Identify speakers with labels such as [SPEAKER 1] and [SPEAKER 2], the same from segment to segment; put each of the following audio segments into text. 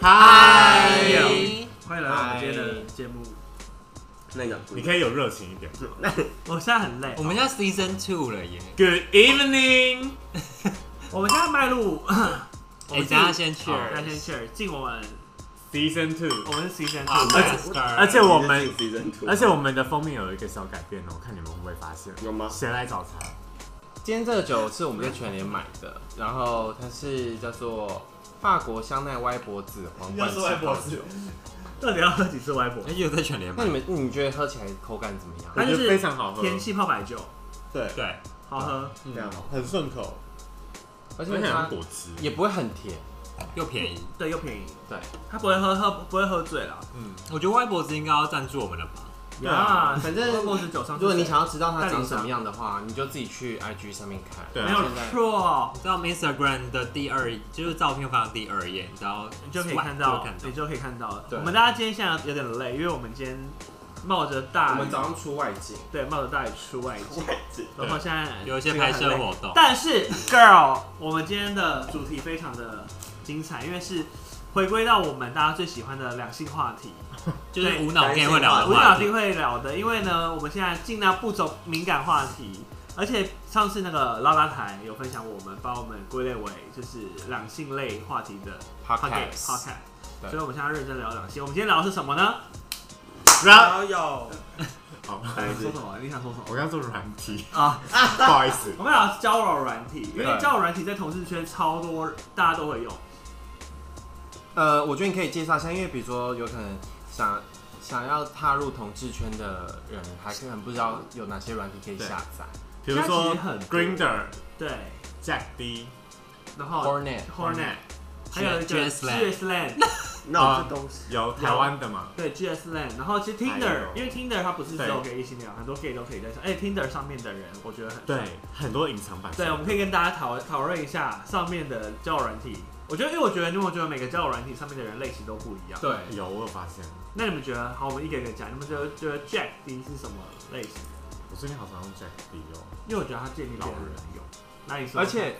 [SPEAKER 1] 嗨，
[SPEAKER 2] 欢迎来到我们今天的节目。
[SPEAKER 3] 那个
[SPEAKER 4] 你可以有热情一点。
[SPEAKER 2] 我现在很累
[SPEAKER 1] 我，们要 Season Two 了耶！
[SPEAKER 4] Good evening，
[SPEAKER 2] 我们现在迈入，我
[SPEAKER 1] 哎，
[SPEAKER 2] 们
[SPEAKER 1] 等下先去，
[SPEAKER 2] 大哦家先 share 进我们
[SPEAKER 4] Season Two，
[SPEAKER 2] 我们 season
[SPEAKER 1] 啊
[SPEAKER 2] two，
[SPEAKER 4] 而且而且我们，而且我们的封面有一个小改变哦，我看你们会不会发现？
[SPEAKER 3] 有吗
[SPEAKER 4] 谁来找茬？
[SPEAKER 5] 今天这个酒是我们在全联买的，然后它是叫做法国香奈歪脖子皇冠气泡酒。
[SPEAKER 2] 到底要喝几次歪脖
[SPEAKER 1] 哎，？又在全联
[SPEAKER 5] 那
[SPEAKER 1] 吗
[SPEAKER 5] 你？们你们觉得喝起来口感怎么样？
[SPEAKER 2] 它就
[SPEAKER 4] 我觉
[SPEAKER 2] 是
[SPEAKER 4] 得非常好喝，
[SPEAKER 2] 天气泡白酒，
[SPEAKER 3] 对
[SPEAKER 4] 对，
[SPEAKER 2] 好喝。
[SPEAKER 3] 非常好，很顺口，
[SPEAKER 4] 嗯
[SPEAKER 5] 而
[SPEAKER 4] 而
[SPEAKER 5] 且
[SPEAKER 4] 且
[SPEAKER 5] 它
[SPEAKER 4] 像果汁，
[SPEAKER 5] 也不会很甜，
[SPEAKER 1] 又便宜。
[SPEAKER 2] 对，又便宜，
[SPEAKER 5] 对，
[SPEAKER 2] 他不会喝喝不会喝醉啦。
[SPEAKER 4] 嗯，
[SPEAKER 1] 我觉得歪脖子应该要赞助我们了吧？
[SPEAKER 4] 对
[SPEAKER 2] 呀，
[SPEAKER 4] 啊
[SPEAKER 5] 反正
[SPEAKER 2] 歪脖子酒上，
[SPEAKER 5] 如果你想要知道它长什么样的话，你就自己去 IG 上面看。
[SPEAKER 4] 对
[SPEAKER 2] 没有
[SPEAKER 5] 现在
[SPEAKER 2] 错，
[SPEAKER 1] 你知道 Instagram 的第二就是照片放在第二页，你知道
[SPEAKER 2] 你就可以
[SPEAKER 1] swipe
[SPEAKER 2] 看到
[SPEAKER 1] 就看，到
[SPEAKER 2] 你就可以看到了。
[SPEAKER 5] 对
[SPEAKER 2] 我们大家今天现在有点累，因为我们今天冒着
[SPEAKER 5] 我
[SPEAKER 2] 大雨
[SPEAKER 5] 们，早上出外景，
[SPEAKER 2] 对，冒着大雨出外景，然后现在
[SPEAKER 1] 有一些拍摄活动。
[SPEAKER 2] 但是，girl，我们今天的主题非常的精彩，因为是回归到我们大家最喜欢的两性话题，
[SPEAKER 1] 就是无脑 gay 会聊的
[SPEAKER 2] 无脑
[SPEAKER 1] 话
[SPEAKER 2] 定
[SPEAKER 1] 题。
[SPEAKER 2] 会聊的。因为呢，我们现在尽量不走敏感话题，而且上次那个拉拉台有分享我们，把我们归类为就是两性类话题的 podcast
[SPEAKER 5] Podcast
[SPEAKER 2] podcast，
[SPEAKER 5] 对
[SPEAKER 2] 所以我们现在认真聊两性。我们今天聊的是什么呢？
[SPEAKER 4] 软，
[SPEAKER 3] 有
[SPEAKER 4] 好，
[SPEAKER 3] 还是
[SPEAKER 2] 说什哎么？你想说什么？
[SPEAKER 4] 我刚说软体，
[SPEAKER 2] 啊，
[SPEAKER 4] 不好 意思，
[SPEAKER 2] 我们聊交友软体，因为
[SPEAKER 5] 对
[SPEAKER 2] 交友软体在同志圈超多，大家都会用。
[SPEAKER 5] 呃，我觉得你可以介绍一下，因为比如说有可能想想要踏入同志圈的人，还可能不知道有哪些软体可以下载。
[SPEAKER 4] 比如
[SPEAKER 2] 现在
[SPEAKER 4] 说
[SPEAKER 2] 其实很多
[SPEAKER 4] Grinder、
[SPEAKER 2] 对，
[SPEAKER 4] Jack D，
[SPEAKER 2] 然
[SPEAKER 3] 哦
[SPEAKER 2] 后
[SPEAKER 5] Hornet，
[SPEAKER 2] Hornet，还有一个
[SPEAKER 1] GS Land
[SPEAKER 2] GS Land，
[SPEAKER 3] 那
[SPEAKER 5] 啊
[SPEAKER 3] 这东西
[SPEAKER 4] 呃有台湾的嘛？
[SPEAKER 2] 对 GS Land，然后其实
[SPEAKER 4] 还
[SPEAKER 2] Tinder，
[SPEAKER 4] 有
[SPEAKER 2] 因为 Tinder 它不是只
[SPEAKER 4] 对
[SPEAKER 2] 有给异性恋，很多 gay 都可以在上，哎，Tinder 上面的人我觉得很
[SPEAKER 4] 对，很多隐藏版。
[SPEAKER 2] 对，我们可以跟大家讨讨论一下上面的交友软体。我觉得，因为我觉得，因为我觉得每个交友软体上面的人类型都不一样。
[SPEAKER 5] 对，
[SPEAKER 4] 有，我有发现，
[SPEAKER 2] 那你们觉得，好，我们一个一个讲，你们觉得觉得 Jack D 是什么类型？
[SPEAKER 4] 我最近好常用 Jack D 哦，
[SPEAKER 2] 因为我觉得他建议老人用。那你说？
[SPEAKER 5] 而且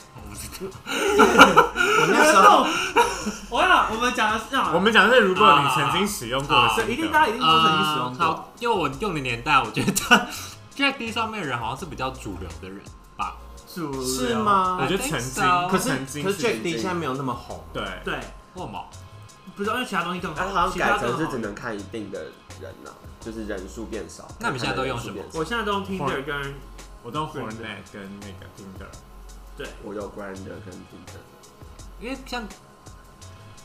[SPEAKER 5] 我那时候
[SPEAKER 2] 我想我们讲的是啊，
[SPEAKER 4] 我们讲的是如果你曾经使用过的
[SPEAKER 1] 啊
[SPEAKER 4] 心
[SPEAKER 2] 所
[SPEAKER 4] 得，
[SPEAKER 2] 以一定大家一定都曾经使用过。
[SPEAKER 1] 呃好，因为我用的年代，我觉得 Jack D 上面的人好像是比较主流的人吧。
[SPEAKER 2] 主流
[SPEAKER 5] 是？吗？
[SPEAKER 4] 我觉
[SPEAKER 1] I
[SPEAKER 4] 得
[SPEAKER 1] think
[SPEAKER 4] 曾
[SPEAKER 1] so
[SPEAKER 4] 经，
[SPEAKER 5] 可是
[SPEAKER 4] 曾经
[SPEAKER 5] 可是 Jack
[SPEAKER 3] 已
[SPEAKER 5] D
[SPEAKER 3] 经
[SPEAKER 5] 现在没有那么红，
[SPEAKER 4] 对，
[SPEAKER 2] 对，
[SPEAKER 1] 或某
[SPEAKER 2] 不知道，因为其他东西更
[SPEAKER 3] 它
[SPEAKER 2] 好。
[SPEAKER 3] 啊好像
[SPEAKER 2] 其他
[SPEAKER 3] 改
[SPEAKER 2] 更
[SPEAKER 3] 成是
[SPEAKER 2] 好
[SPEAKER 3] 只能看一定的人呐，就是人数变少。
[SPEAKER 1] 那你现在都用什么
[SPEAKER 3] 看人数变
[SPEAKER 2] 我
[SPEAKER 3] 少
[SPEAKER 2] 现在都用 Tinder 跟
[SPEAKER 4] 我都 Hornet 跟那个 Tinder，
[SPEAKER 2] 对，
[SPEAKER 3] 我有 Grinder 跟 Tinder，
[SPEAKER 1] 因为像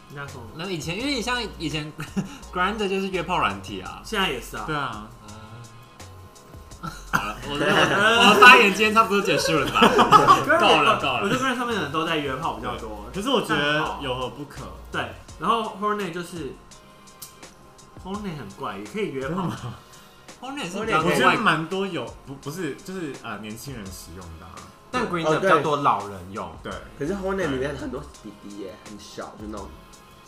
[SPEAKER 2] 你看什么？
[SPEAKER 1] 那以前，因为你像以前 Grand 就是约炮软体啊。
[SPEAKER 2] 现在也是啊
[SPEAKER 4] 对。啊，
[SPEAKER 1] 好了， 我我我的发言今天差不多结束了吧？
[SPEAKER 2] 跟人
[SPEAKER 1] 够了够了
[SPEAKER 2] 我就跟上面的人都在约炮比较多。
[SPEAKER 4] 可是我觉
[SPEAKER 2] 但
[SPEAKER 4] 得
[SPEAKER 2] 好
[SPEAKER 4] 有何不可？
[SPEAKER 2] 对，然后 Hornet 就是 Hornet 很怪，也可以约炮。
[SPEAKER 1] 红脸是比较
[SPEAKER 4] 我
[SPEAKER 1] 多
[SPEAKER 4] 觉
[SPEAKER 1] 外
[SPEAKER 4] 得蛮多有不不是就是呃年轻人使用的啊，
[SPEAKER 5] 但 Green
[SPEAKER 3] 哦
[SPEAKER 5] 的
[SPEAKER 3] 对
[SPEAKER 5] 比较多老人用，
[SPEAKER 4] 对，
[SPEAKER 3] 可是 Hornet 里面很多弟弟耶，很小，就那种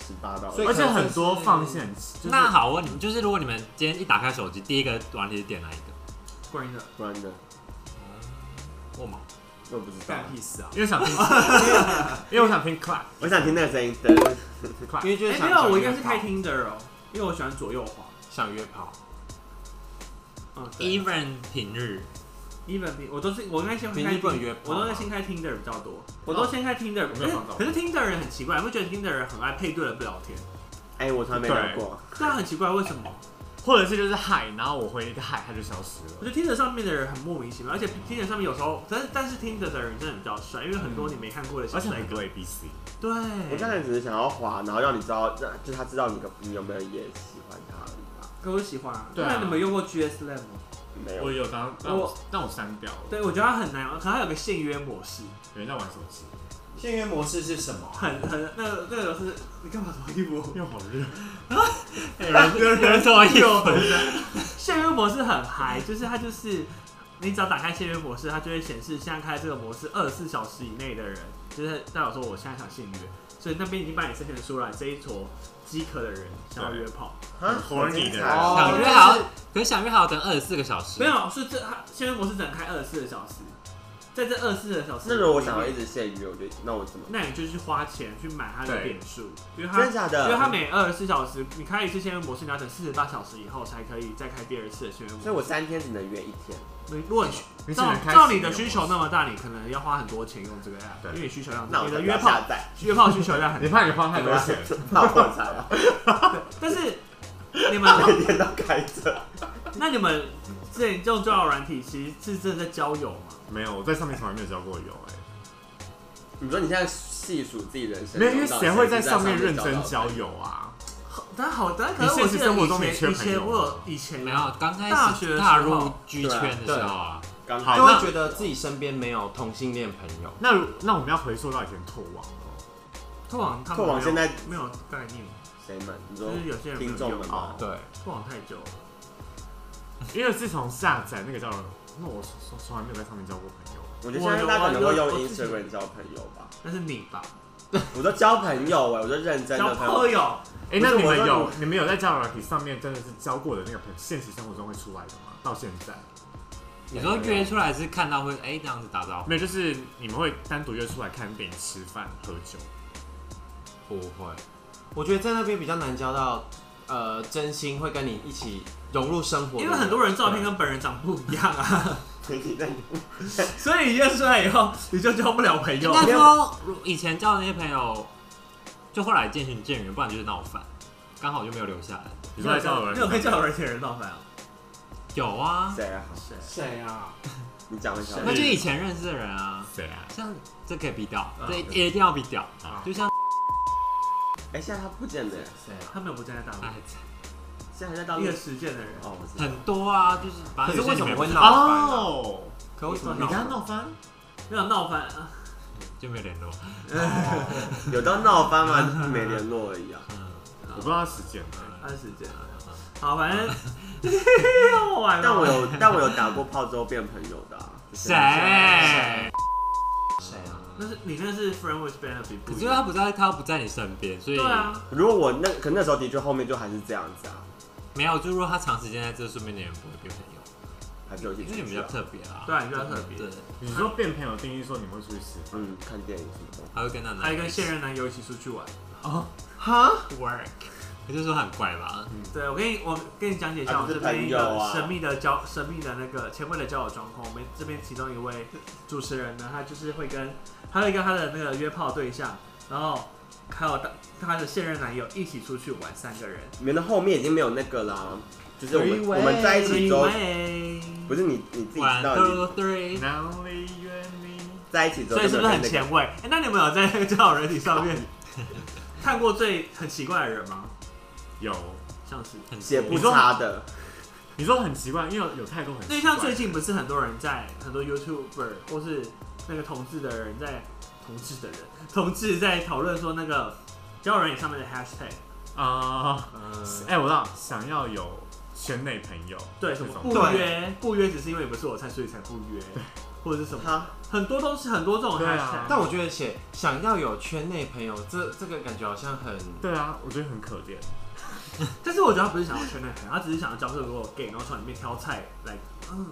[SPEAKER 3] 十八到。
[SPEAKER 5] 所以
[SPEAKER 4] 而
[SPEAKER 5] 可
[SPEAKER 4] 且
[SPEAKER 5] 能
[SPEAKER 4] 很多
[SPEAKER 5] 就是
[SPEAKER 4] 放线，就是
[SPEAKER 1] 那好，我问你们，就是如果你们今天一打开手机，第一个软体是点哪一个？
[SPEAKER 2] Grinder，
[SPEAKER 3] Grinder，
[SPEAKER 1] 我吗？
[SPEAKER 3] 我不知道，
[SPEAKER 5] 意思啊？
[SPEAKER 4] 因为想听， 因为我想听 clap
[SPEAKER 3] 我想听那个声音的。噔
[SPEAKER 5] 因
[SPEAKER 4] clap，
[SPEAKER 5] 为就是
[SPEAKER 2] 哎，
[SPEAKER 5] 想
[SPEAKER 2] 没有，
[SPEAKER 5] 想
[SPEAKER 2] 我
[SPEAKER 5] 约
[SPEAKER 2] 应该是
[SPEAKER 5] 炮
[SPEAKER 2] 开 Tinder 哦，因为我喜欢左右滑。
[SPEAKER 5] 想约炮，
[SPEAKER 2] 嗯，对
[SPEAKER 1] Even 平日，
[SPEAKER 2] ，even 比我都是我应该先
[SPEAKER 5] 平
[SPEAKER 2] 开
[SPEAKER 5] 日不能
[SPEAKER 2] Tin-
[SPEAKER 5] 约炮哦
[SPEAKER 2] 我
[SPEAKER 5] 啊
[SPEAKER 2] 都在先开 Tinder 比较多，我都先开 Tinder，可
[SPEAKER 4] 我没有
[SPEAKER 2] 是
[SPEAKER 4] 放到
[SPEAKER 2] 可是 Tinder 人很奇怪，你会觉得 Tinder 人很爱配对了不聊天，
[SPEAKER 3] 哎，我从来没聊过，
[SPEAKER 2] 这样很奇怪，为什么？
[SPEAKER 4] 或者是就是嗨，然后我回一个嗨，它就消失
[SPEAKER 2] 我
[SPEAKER 4] 了。
[SPEAKER 2] 觉得 Tinder 上面的人很莫名其妙，而且 Tinder 上面有时候，但是但是 Tinder 的人真的比较帅，因为很多你没看过的小
[SPEAKER 4] 而且
[SPEAKER 2] 帅
[SPEAKER 4] 很
[SPEAKER 2] 哥。
[SPEAKER 4] 多 A B C，
[SPEAKER 2] 对，
[SPEAKER 3] 我刚才只是想要滑，然后让你知道，让就他知道你的你有没有也喜欢他而已吧。
[SPEAKER 2] 可我喜欢啊。
[SPEAKER 4] 对啊
[SPEAKER 2] 那你们用过 GS Land 吗？
[SPEAKER 3] 没
[SPEAKER 4] 我
[SPEAKER 3] 有，啊
[SPEAKER 4] 有当，但我但我删掉了，
[SPEAKER 2] 对，我觉得它很难，可能它有个限约模式，
[SPEAKER 4] 有人在玩手机，
[SPEAKER 5] 限约模式是什么？
[SPEAKER 2] 很很那个那个是，你干嘛脱衣服？
[SPEAKER 4] 又好热，
[SPEAKER 1] 有人有人什么意 思？
[SPEAKER 2] 限约模式很嗨，就是它就是你只要打开限约模式，它就会显示现在开这个模式二十四小时以内的人，就是代表说我现在想限约，所以那边已经把你筛选出来这一坨饥渴的人想要约炮。
[SPEAKER 3] 啊
[SPEAKER 4] 很 horny 的人
[SPEAKER 3] 哦
[SPEAKER 1] 想约
[SPEAKER 5] 就是
[SPEAKER 1] 好，可是想约好要等二十四个小时。
[SPEAKER 2] 没有，是这它限约模式只能开二十四个小时，在这二十四个小时，
[SPEAKER 3] 那如果我想要一，直限约，我就那我怎么？
[SPEAKER 2] 那你就去花钱去买它的
[SPEAKER 4] 对
[SPEAKER 2] 点数，因为它
[SPEAKER 3] 真的假的？
[SPEAKER 2] 因为它每二十四小时，你开一次签约模式，你要等四十八小时以后才可以再开第二次的签约模式。
[SPEAKER 3] 所以我三天只能约一天。
[SPEAKER 2] 你如果你
[SPEAKER 4] 你只
[SPEAKER 2] 照
[SPEAKER 4] 能开
[SPEAKER 2] 照
[SPEAKER 4] 始
[SPEAKER 2] 你的
[SPEAKER 4] 有
[SPEAKER 2] 需求那么大，你可能要花很多钱用这个 app，
[SPEAKER 4] 对
[SPEAKER 2] 因为你需求量，
[SPEAKER 3] 那我
[SPEAKER 2] 你的
[SPEAKER 3] 才不
[SPEAKER 2] 约
[SPEAKER 3] 要
[SPEAKER 2] 炮
[SPEAKER 3] 下载，
[SPEAKER 2] 约炮需求量很
[SPEAKER 4] 你
[SPEAKER 2] 大。
[SPEAKER 4] 怕你花太多钱，
[SPEAKER 3] 怕破产啊！
[SPEAKER 2] 但是你 们，
[SPEAKER 3] 每天都开着，
[SPEAKER 2] 那你们之前用交友软体，其实是真的在交友吗？
[SPEAKER 4] 没有，我在上面从来没有交过友哎、
[SPEAKER 3] 你说你现在细数自己人生，
[SPEAKER 4] 没有，因为谁会在上面认真
[SPEAKER 3] 交
[SPEAKER 4] 交友啊？
[SPEAKER 2] 但好，但可是
[SPEAKER 4] 你
[SPEAKER 2] 我
[SPEAKER 4] 现
[SPEAKER 2] 记
[SPEAKER 4] 实
[SPEAKER 2] 得
[SPEAKER 4] 生活
[SPEAKER 2] 以
[SPEAKER 4] 中没
[SPEAKER 2] 前
[SPEAKER 4] 缺
[SPEAKER 2] 以前
[SPEAKER 4] 朋友吗
[SPEAKER 2] 我有以前啊
[SPEAKER 1] 没有，啊刚开
[SPEAKER 2] 大
[SPEAKER 1] 始
[SPEAKER 2] 学的时候
[SPEAKER 1] 踏入剧圈的时候啊，
[SPEAKER 3] 刚
[SPEAKER 4] 好
[SPEAKER 5] 就
[SPEAKER 4] 那
[SPEAKER 5] 会觉得自己身边没有同性恋朋友。
[SPEAKER 4] 那如那我们要回溯到以前拓网哦，
[SPEAKER 2] 拓网，他们
[SPEAKER 3] 拓网
[SPEAKER 2] 没有
[SPEAKER 3] 现在
[SPEAKER 2] 没有概念，
[SPEAKER 3] 谁们？你说
[SPEAKER 2] 就是有些人没有
[SPEAKER 3] 听众们吗
[SPEAKER 4] 哦？
[SPEAKER 5] 对，
[SPEAKER 2] 拓网太久了。
[SPEAKER 4] 因为自从下载那个叫什么，那我从从来没有在上面交过朋友。
[SPEAKER 3] 我觉得现在大家可能会用 Instagram 交朋友吧。
[SPEAKER 2] 那是你吧？
[SPEAKER 3] 我说交朋友哎，我说认真
[SPEAKER 2] 交
[SPEAKER 3] 的朋友
[SPEAKER 2] 朋。友，
[SPEAKER 4] 哎、
[SPEAKER 3] 不
[SPEAKER 4] 那
[SPEAKER 3] 是
[SPEAKER 4] 你
[SPEAKER 3] 我
[SPEAKER 4] 们
[SPEAKER 3] 说
[SPEAKER 4] 有你们有在交友软体上面真的是交过的那个朋现实生活中会出来的吗？到现在
[SPEAKER 1] 你说约出来是看到会哎这样子打招呼，
[SPEAKER 4] 没有，就是你们会单独约出来看电影、吃饭、喝酒。
[SPEAKER 5] 不会。我觉得在那边比较难交到，呃，真心会跟你一起融入生活的，
[SPEAKER 2] 因为很多人照片跟本人长不一样啊，
[SPEAKER 3] 你在
[SPEAKER 2] 所以约出来以后你就交不了朋友
[SPEAKER 1] 应。该说如以前交的那些朋友，就后来渐行渐远，不然就是闹翻，刚好就没有留下来。
[SPEAKER 4] 你说在交友软
[SPEAKER 2] 你
[SPEAKER 4] 体
[SPEAKER 2] 有跟交友软体的人闹翻啊？
[SPEAKER 1] 有啊，
[SPEAKER 3] 谁啊？
[SPEAKER 2] 谁？
[SPEAKER 5] 谁啊？
[SPEAKER 3] 你讲一下。
[SPEAKER 1] 那就以前认识的人啊，
[SPEAKER 4] 谁啊？
[SPEAKER 1] 像这可以比掉，
[SPEAKER 2] 啊
[SPEAKER 1] 这一定要比掉
[SPEAKER 4] 啊，
[SPEAKER 1] 就像
[SPEAKER 3] 哎，现在他不见了耶，
[SPEAKER 5] 谁啊？
[SPEAKER 2] 他们有不站在大
[SPEAKER 1] 哎
[SPEAKER 2] 陆，
[SPEAKER 3] 现在还在当
[SPEAKER 2] 一个实践的人，
[SPEAKER 3] 哦，我知道。
[SPEAKER 1] 很多啊，就是反
[SPEAKER 5] 可
[SPEAKER 1] 正
[SPEAKER 5] 是
[SPEAKER 1] 有
[SPEAKER 5] 为
[SPEAKER 1] 些
[SPEAKER 5] 什
[SPEAKER 1] 你
[SPEAKER 5] 么
[SPEAKER 1] 们
[SPEAKER 5] 会闹翻啊？
[SPEAKER 4] 哦，
[SPEAKER 5] 可为什么
[SPEAKER 4] 你跟他闹翻？
[SPEAKER 2] 没有闹翻啊。
[SPEAKER 1] 就没有联络？
[SPEAKER 3] 有到闹翻吗？没联络而已啊。
[SPEAKER 4] 我不知道他时间呢。
[SPEAKER 2] 按时间啊。好，反 正 好玩哦。
[SPEAKER 3] 但我 有，但我有打过炮之后变朋友的啊。就是
[SPEAKER 1] 谁？
[SPEAKER 5] 谁啊？
[SPEAKER 2] 那是你那是 friend with benefit，不
[SPEAKER 1] 可
[SPEAKER 2] 一
[SPEAKER 1] 是
[SPEAKER 2] 样
[SPEAKER 1] 他不在，他不在你身边，所以
[SPEAKER 2] 对啊，
[SPEAKER 3] 如果我那，可那时候的确后面就还是这样子啊，
[SPEAKER 1] 没有。就如果他长时间在这，说明你们不会变朋友，
[SPEAKER 3] 还是有一
[SPEAKER 1] 因为你
[SPEAKER 3] 起出
[SPEAKER 1] 们比
[SPEAKER 3] 去
[SPEAKER 1] 较特别啊。
[SPEAKER 3] 啊。
[SPEAKER 2] 对啊你比较特别
[SPEAKER 1] 对，
[SPEAKER 4] 你说变朋友定义说你们会出去吃饭，
[SPEAKER 3] 嗯，看电影什么的。
[SPEAKER 1] 还会跟他
[SPEAKER 2] 还有跟现任男友一起出去玩。
[SPEAKER 5] 哈？
[SPEAKER 1] work，我就说很怪吧？
[SPEAKER 2] 对，我跟你我跟你讲解一下
[SPEAKER 3] 嗯啊
[SPEAKER 2] 我
[SPEAKER 3] 不是
[SPEAKER 2] 这边一
[SPEAKER 3] 朋友
[SPEAKER 2] 个
[SPEAKER 3] 啊
[SPEAKER 2] 神秘的交神秘的那个前卫的交友状况。我们这边其中一位主持人呢，他就是会跟他会跟他的那个约炮对象，然后还有他他的现任男友一起出去玩，三个人。
[SPEAKER 3] 你们的后面已经没有那个啦，就是我们
[SPEAKER 5] Three way
[SPEAKER 3] 我们在一起之后，
[SPEAKER 2] Anyway
[SPEAKER 3] 不是你你自己知
[SPEAKER 1] One
[SPEAKER 3] 道，
[SPEAKER 1] two
[SPEAKER 3] 你
[SPEAKER 1] three，
[SPEAKER 4] 哪里约你？
[SPEAKER 3] 在一起之后
[SPEAKER 2] 所以是
[SPEAKER 3] 就
[SPEAKER 2] 不是很
[SPEAKER 3] 没有跟那个
[SPEAKER 2] 前卫？哎、那你们有在那个交友软体上面看过最很奇怪的人吗？
[SPEAKER 4] 有，
[SPEAKER 2] 像是，
[SPEAKER 1] 很
[SPEAKER 3] 写不
[SPEAKER 1] 多
[SPEAKER 4] 你说
[SPEAKER 3] 差的，
[SPEAKER 4] 你说很奇怪，因为有有太多很奇怪
[SPEAKER 2] 那像最近不是很多人在很多 YouTuber 或是那个同志的人在同志的人同志在讨论说那个交友软体上面的 hashtag，
[SPEAKER 4] 啊，
[SPEAKER 5] 嗯，
[SPEAKER 4] 哎，我知道，想要有圈内朋友，
[SPEAKER 2] 对什
[SPEAKER 4] 这
[SPEAKER 2] 么
[SPEAKER 4] 种
[SPEAKER 2] 不约不约只是因为你不是我菜所以才不约，或者是什么
[SPEAKER 3] 哈，
[SPEAKER 2] 很多都是很多这种
[SPEAKER 4] 对啊
[SPEAKER 2] hashtag，、
[SPEAKER 5] 但我觉得写想要有圈内朋友，这这个感觉好像很
[SPEAKER 4] 对啊，我觉得很可怜。
[SPEAKER 2] 但是我觉得他不是想要圈内朋友，他只是想要交这个 gay，然后从里面挑菜来，嗯，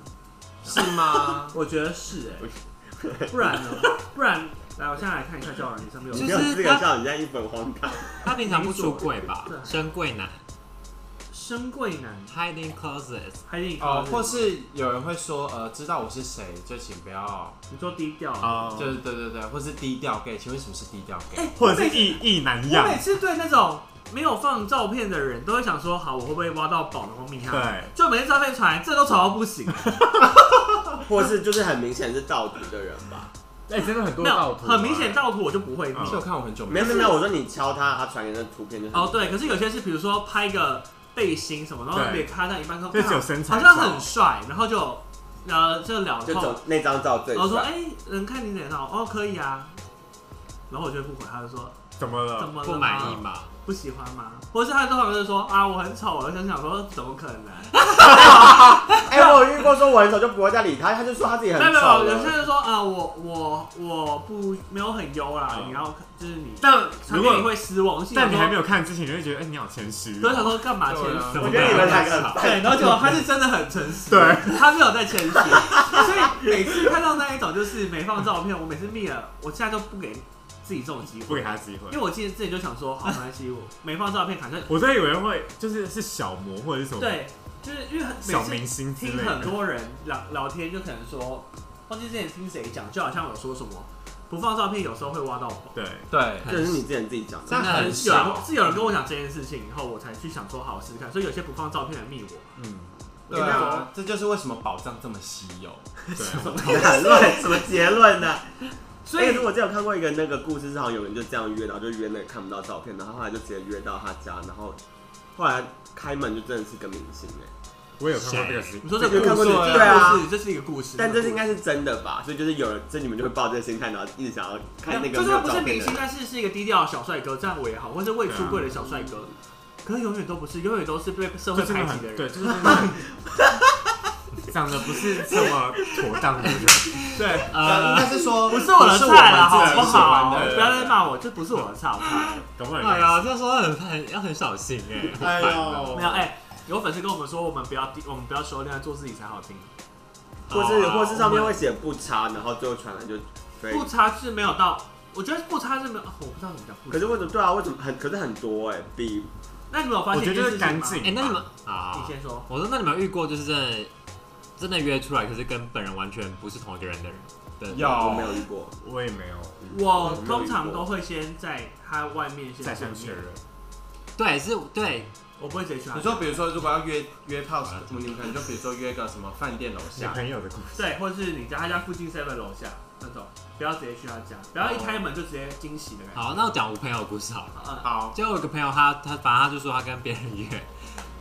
[SPEAKER 5] 是吗？
[SPEAKER 2] 我觉得是哎、 不然呢？不然来，我现在来看一下交友软体上面
[SPEAKER 3] 你
[SPEAKER 2] 有
[SPEAKER 3] 没有资格笑你现在一本 荒唐。
[SPEAKER 1] 他平常不出柜吧
[SPEAKER 2] 对？
[SPEAKER 1] 深柜男
[SPEAKER 2] 深贵男
[SPEAKER 1] hiding closet，
[SPEAKER 2] ，hiding
[SPEAKER 5] 哦，
[SPEAKER 2] closet
[SPEAKER 5] 或是有人会说，呃，知道我是谁，就请不要，
[SPEAKER 2] 你做低调
[SPEAKER 4] 啊，
[SPEAKER 5] 就是对对对，或是低调 gay。请问什么是低调
[SPEAKER 2] 哎
[SPEAKER 5] gay？
[SPEAKER 1] 哎
[SPEAKER 4] 或者是意意难
[SPEAKER 2] 我
[SPEAKER 4] 样，
[SPEAKER 2] 每次对那种没有放照片的人都会想说，好，我会不会挖到宝然后密他？
[SPEAKER 4] 对，
[SPEAKER 2] 就每次照片传来，这都传到不行。
[SPEAKER 3] 或是就是很明显是盗图的人吧？
[SPEAKER 4] 哎，真的很嗯多
[SPEAKER 2] 没有，
[SPEAKER 4] 盗图啊，
[SPEAKER 2] 很明显盗图我就不会
[SPEAKER 5] 而且
[SPEAKER 2] 弄。
[SPEAKER 5] 我看我很久
[SPEAKER 3] 没
[SPEAKER 5] 没
[SPEAKER 3] 有没有没有，我说你敲他，他传给那图片就是
[SPEAKER 2] 哦，对，可是有些是比如说拍个背心什么，然后
[SPEAKER 4] 对
[SPEAKER 2] 被咔到一半说，
[SPEAKER 4] 这
[SPEAKER 2] 哇
[SPEAKER 4] 只有身材
[SPEAKER 2] 好像
[SPEAKER 4] 照
[SPEAKER 2] 很帅，然后就呃就聊
[SPEAKER 3] 就
[SPEAKER 2] 后，
[SPEAKER 3] 走那张照最
[SPEAKER 2] 然后说
[SPEAKER 3] 帅。
[SPEAKER 2] 哦哎，人看你脸上哦可以啊，然后我就不回，他就说
[SPEAKER 4] 怎么
[SPEAKER 2] 怎么
[SPEAKER 4] 了？
[SPEAKER 2] 了吗
[SPEAKER 1] 不满意？嘛？
[SPEAKER 2] 不喜欢吗？或是他通常就是说啊，我很丑，我想想说怎么可 能？
[SPEAKER 3] 哎、我有遇过说我很丑就不会再理他，他就说他自己很
[SPEAKER 2] 没有没
[SPEAKER 3] 丑
[SPEAKER 2] 有，有些
[SPEAKER 3] 了。
[SPEAKER 2] 人说啊，我我我不没有很优啦，你要就是你，
[SPEAKER 4] 嗯但
[SPEAKER 2] 传
[SPEAKER 4] 如
[SPEAKER 2] 给你
[SPEAKER 4] 果
[SPEAKER 2] 会失望，我心想
[SPEAKER 4] 但你还没
[SPEAKER 2] 说，
[SPEAKER 4] 有看之前，你会觉得哎，你好谦虚
[SPEAKER 2] 所以想
[SPEAKER 4] 哦。
[SPEAKER 2] 说干嘛谦
[SPEAKER 5] 对啊
[SPEAKER 2] 虚？
[SPEAKER 1] 怎
[SPEAKER 3] 我
[SPEAKER 1] 么
[SPEAKER 3] 觉得你们两个
[SPEAKER 1] 了？
[SPEAKER 3] 很
[SPEAKER 2] 对，然后结果他是真的很诚实，
[SPEAKER 4] 对，
[SPEAKER 2] 他没有在谦 虚，所以每次看到那一种就是没放照片，我每次灭了，我现在都不给自己这种机
[SPEAKER 4] 不
[SPEAKER 2] 会
[SPEAKER 4] 给，他机会
[SPEAKER 2] 因为。我记得自己就想说， 好没关系，我没放照片，反正
[SPEAKER 4] 我真的以为会就是是小模或者是什么
[SPEAKER 2] 对，就是因为很
[SPEAKER 4] 小
[SPEAKER 2] 每
[SPEAKER 4] 明
[SPEAKER 2] 次
[SPEAKER 4] 星之
[SPEAKER 2] 听
[SPEAKER 4] 类
[SPEAKER 2] 很
[SPEAKER 4] 的，
[SPEAKER 2] 多人聊聊天，就可能说忘记之前听谁讲，就好像有说什么不放照片，有时候会挖到宝。
[SPEAKER 4] 对，
[SPEAKER 5] 对，
[SPEAKER 3] 这是你之前自己讲的
[SPEAKER 1] 真，的很
[SPEAKER 2] 有人
[SPEAKER 1] 少，
[SPEAKER 2] 是有人跟我讲这件事情以后，我才去想说好好试试看。所以有些不放照片的密我，
[SPEAKER 4] 嗯，
[SPEAKER 5] 对啊，这就是为什么宝藏这么稀有。
[SPEAKER 4] 对，
[SPEAKER 3] 很 乱，什么结论呢、
[SPEAKER 2] 所
[SPEAKER 3] 所以
[SPEAKER 2] 以
[SPEAKER 3] 哎我之前有看过一个那个故事，是好像有人就这样约，然后就约那个看不到照片，然后后来就直接约到他家，然后后来开门就真的是个明星哎、
[SPEAKER 4] 我也有看过这个事情
[SPEAKER 2] 你。说这
[SPEAKER 3] 有
[SPEAKER 2] 个
[SPEAKER 3] 看
[SPEAKER 2] 故
[SPEAKER 3] 过
[SPEAKER 2] 事，
[SPEAKER 3] 这
[SPEAKER 2] 这个
[SPEAKER 3] 个对啊
[SPEAKER 2] 故事，这是一个故事，
[SPEAKER 3] 但这是应
[SPEAKER 2] 个
[SPEAKER 3] 该是真的吧？所以就是有人，这你们就会抱这个心态，然后一直想要
[SPEAKER 2] 故事
[SPEAKER 3] 看那个
[SPEAKER 2] 就
[SPEAKER 3] 没
[SPEAKER 2] 算
[SPEAKER 3] 有
[SPEAKER 2] 不
[SPEAKER 3] 照
[SPEAKER 2] 是
[SPEAKER 3] 片
[SPEAKER 2] 明
[SPEAKER 3] 的
[SPEAKER 2] 星，
[SPEAKER 3] 人。
[SPEAKER 2] 但是是一个低调的小帅哥，这样我也好，或是未出柜的小帅哥，
[SPEAKER 3] 啊
[SPEAKER 2] 可是永远都不是，永远都是被社会
[SPEAKER 4] 就真
[SPEAKER 2] 排
[SPEAKER 4] 的
[SPEAKER 2] 挤
[SPEAKER 4] 很
[SPEAKER 2] 的人。
[SPEAKER 4] 对，就是真的很长得不是这么妥当的人，
[SPEAKER 2] 对，
[SPEAKER 5] 应
[SPEAKER 1] 呃，
[SPEAKER 5] 该是说
[SPEAKER 2] 不是我的
[SPEAKER 5] 不是
[SPEAKER 2] 菜了，
[SPEAKER 5] 我
[SPEAKER 2] 好
[SPEAKER 5] 们自
[SPEAKER 2] 不
[SPEAKER 5] 己喜欢
[SPEAKER 2] 好？
[SPEAKER 5] 的
[SPEAKER 2] 不要再骂我，这不是我的菜，好不好？
[SPEAKER 4] 搞不好
[SPEAKER 1] 哎
[SPEAKER 4] 也蛮
[SPEAKER 1] 呀，这时候很很要很小心哎，
[SPEAKER 5] 哎
[SPEAKER 1] 呦
[SPEAKER 5] 呦，
[SPEAKER 2] 没有哎、有粉丝跟我们说，我们不要低，我们不要说恋爱，做自己才好听。
[SPEAKER 3] 或是
[SPEAKER 1] 好啊
[SPEAKER 3] 或是上面会写不差，然后最后传来就对。
[SPEAKER 2] 不差是没有到，我觉得不差是没有，哦我不知道怎么讲不差。
[SPEAKER 3] 可是为什么对啊？为什么很可是很多哎、比
[SPEAKER 2] 那你们有发现
[SPEAKER 4] 我觉
[SPEAKER 2] 一
[SPEAKER 4] 得
[SPEAKER 2] 件事
[SPEAKER 4] 就是
[SPEAKER 2] 情吗？
[SPEAKER 4] 干净
[SPEAKER 1] 哎，那你们
[SPEAKER 2] 你
[SPEAKER 1] 啊，
[SPEAKER 2] 先说，
[SPEAKER 1] 我说那你们有遇过就是真的真的约出来，可是跟本人完全不是同一个人的人的
[SPEAKER 5] 有
[SPEAKER 3] 我没有遇过，
[SPEAKER 4] 我也没有
[SPEAKER 2] 我通常都会先在他外面先
[SPEAKER 4] 再
[SPEAKER 2] 见
[SPEAKER 4] 三确认
[SPEAKER 2] 面，，
[SPEAKER 1] 对，是对，
[SPEAKER 2] 我不会直接去他家。
[SPEAKER 5] 你说，比如说，如果要约约炮，你们可能就比如说约个什么饭店楼
[SPEAKER 4] 女
[SPEAKER 5] 下，
[SPEAKER 4] 朋友的故事，
[SPEAKER 2] 对，或者是你家他家附近 seven 楼下那种，不要直接去他家，不要一开门就直接惊喜的感觉。
[SPEAKER 1] 好，那我讲我朋友的故事好了。
[SPEAKER 2] 嗯，
[SPEAKER 5] 好，
[SPEAKER 1] 就有一个朋友他，他反正他就说他跟别人约，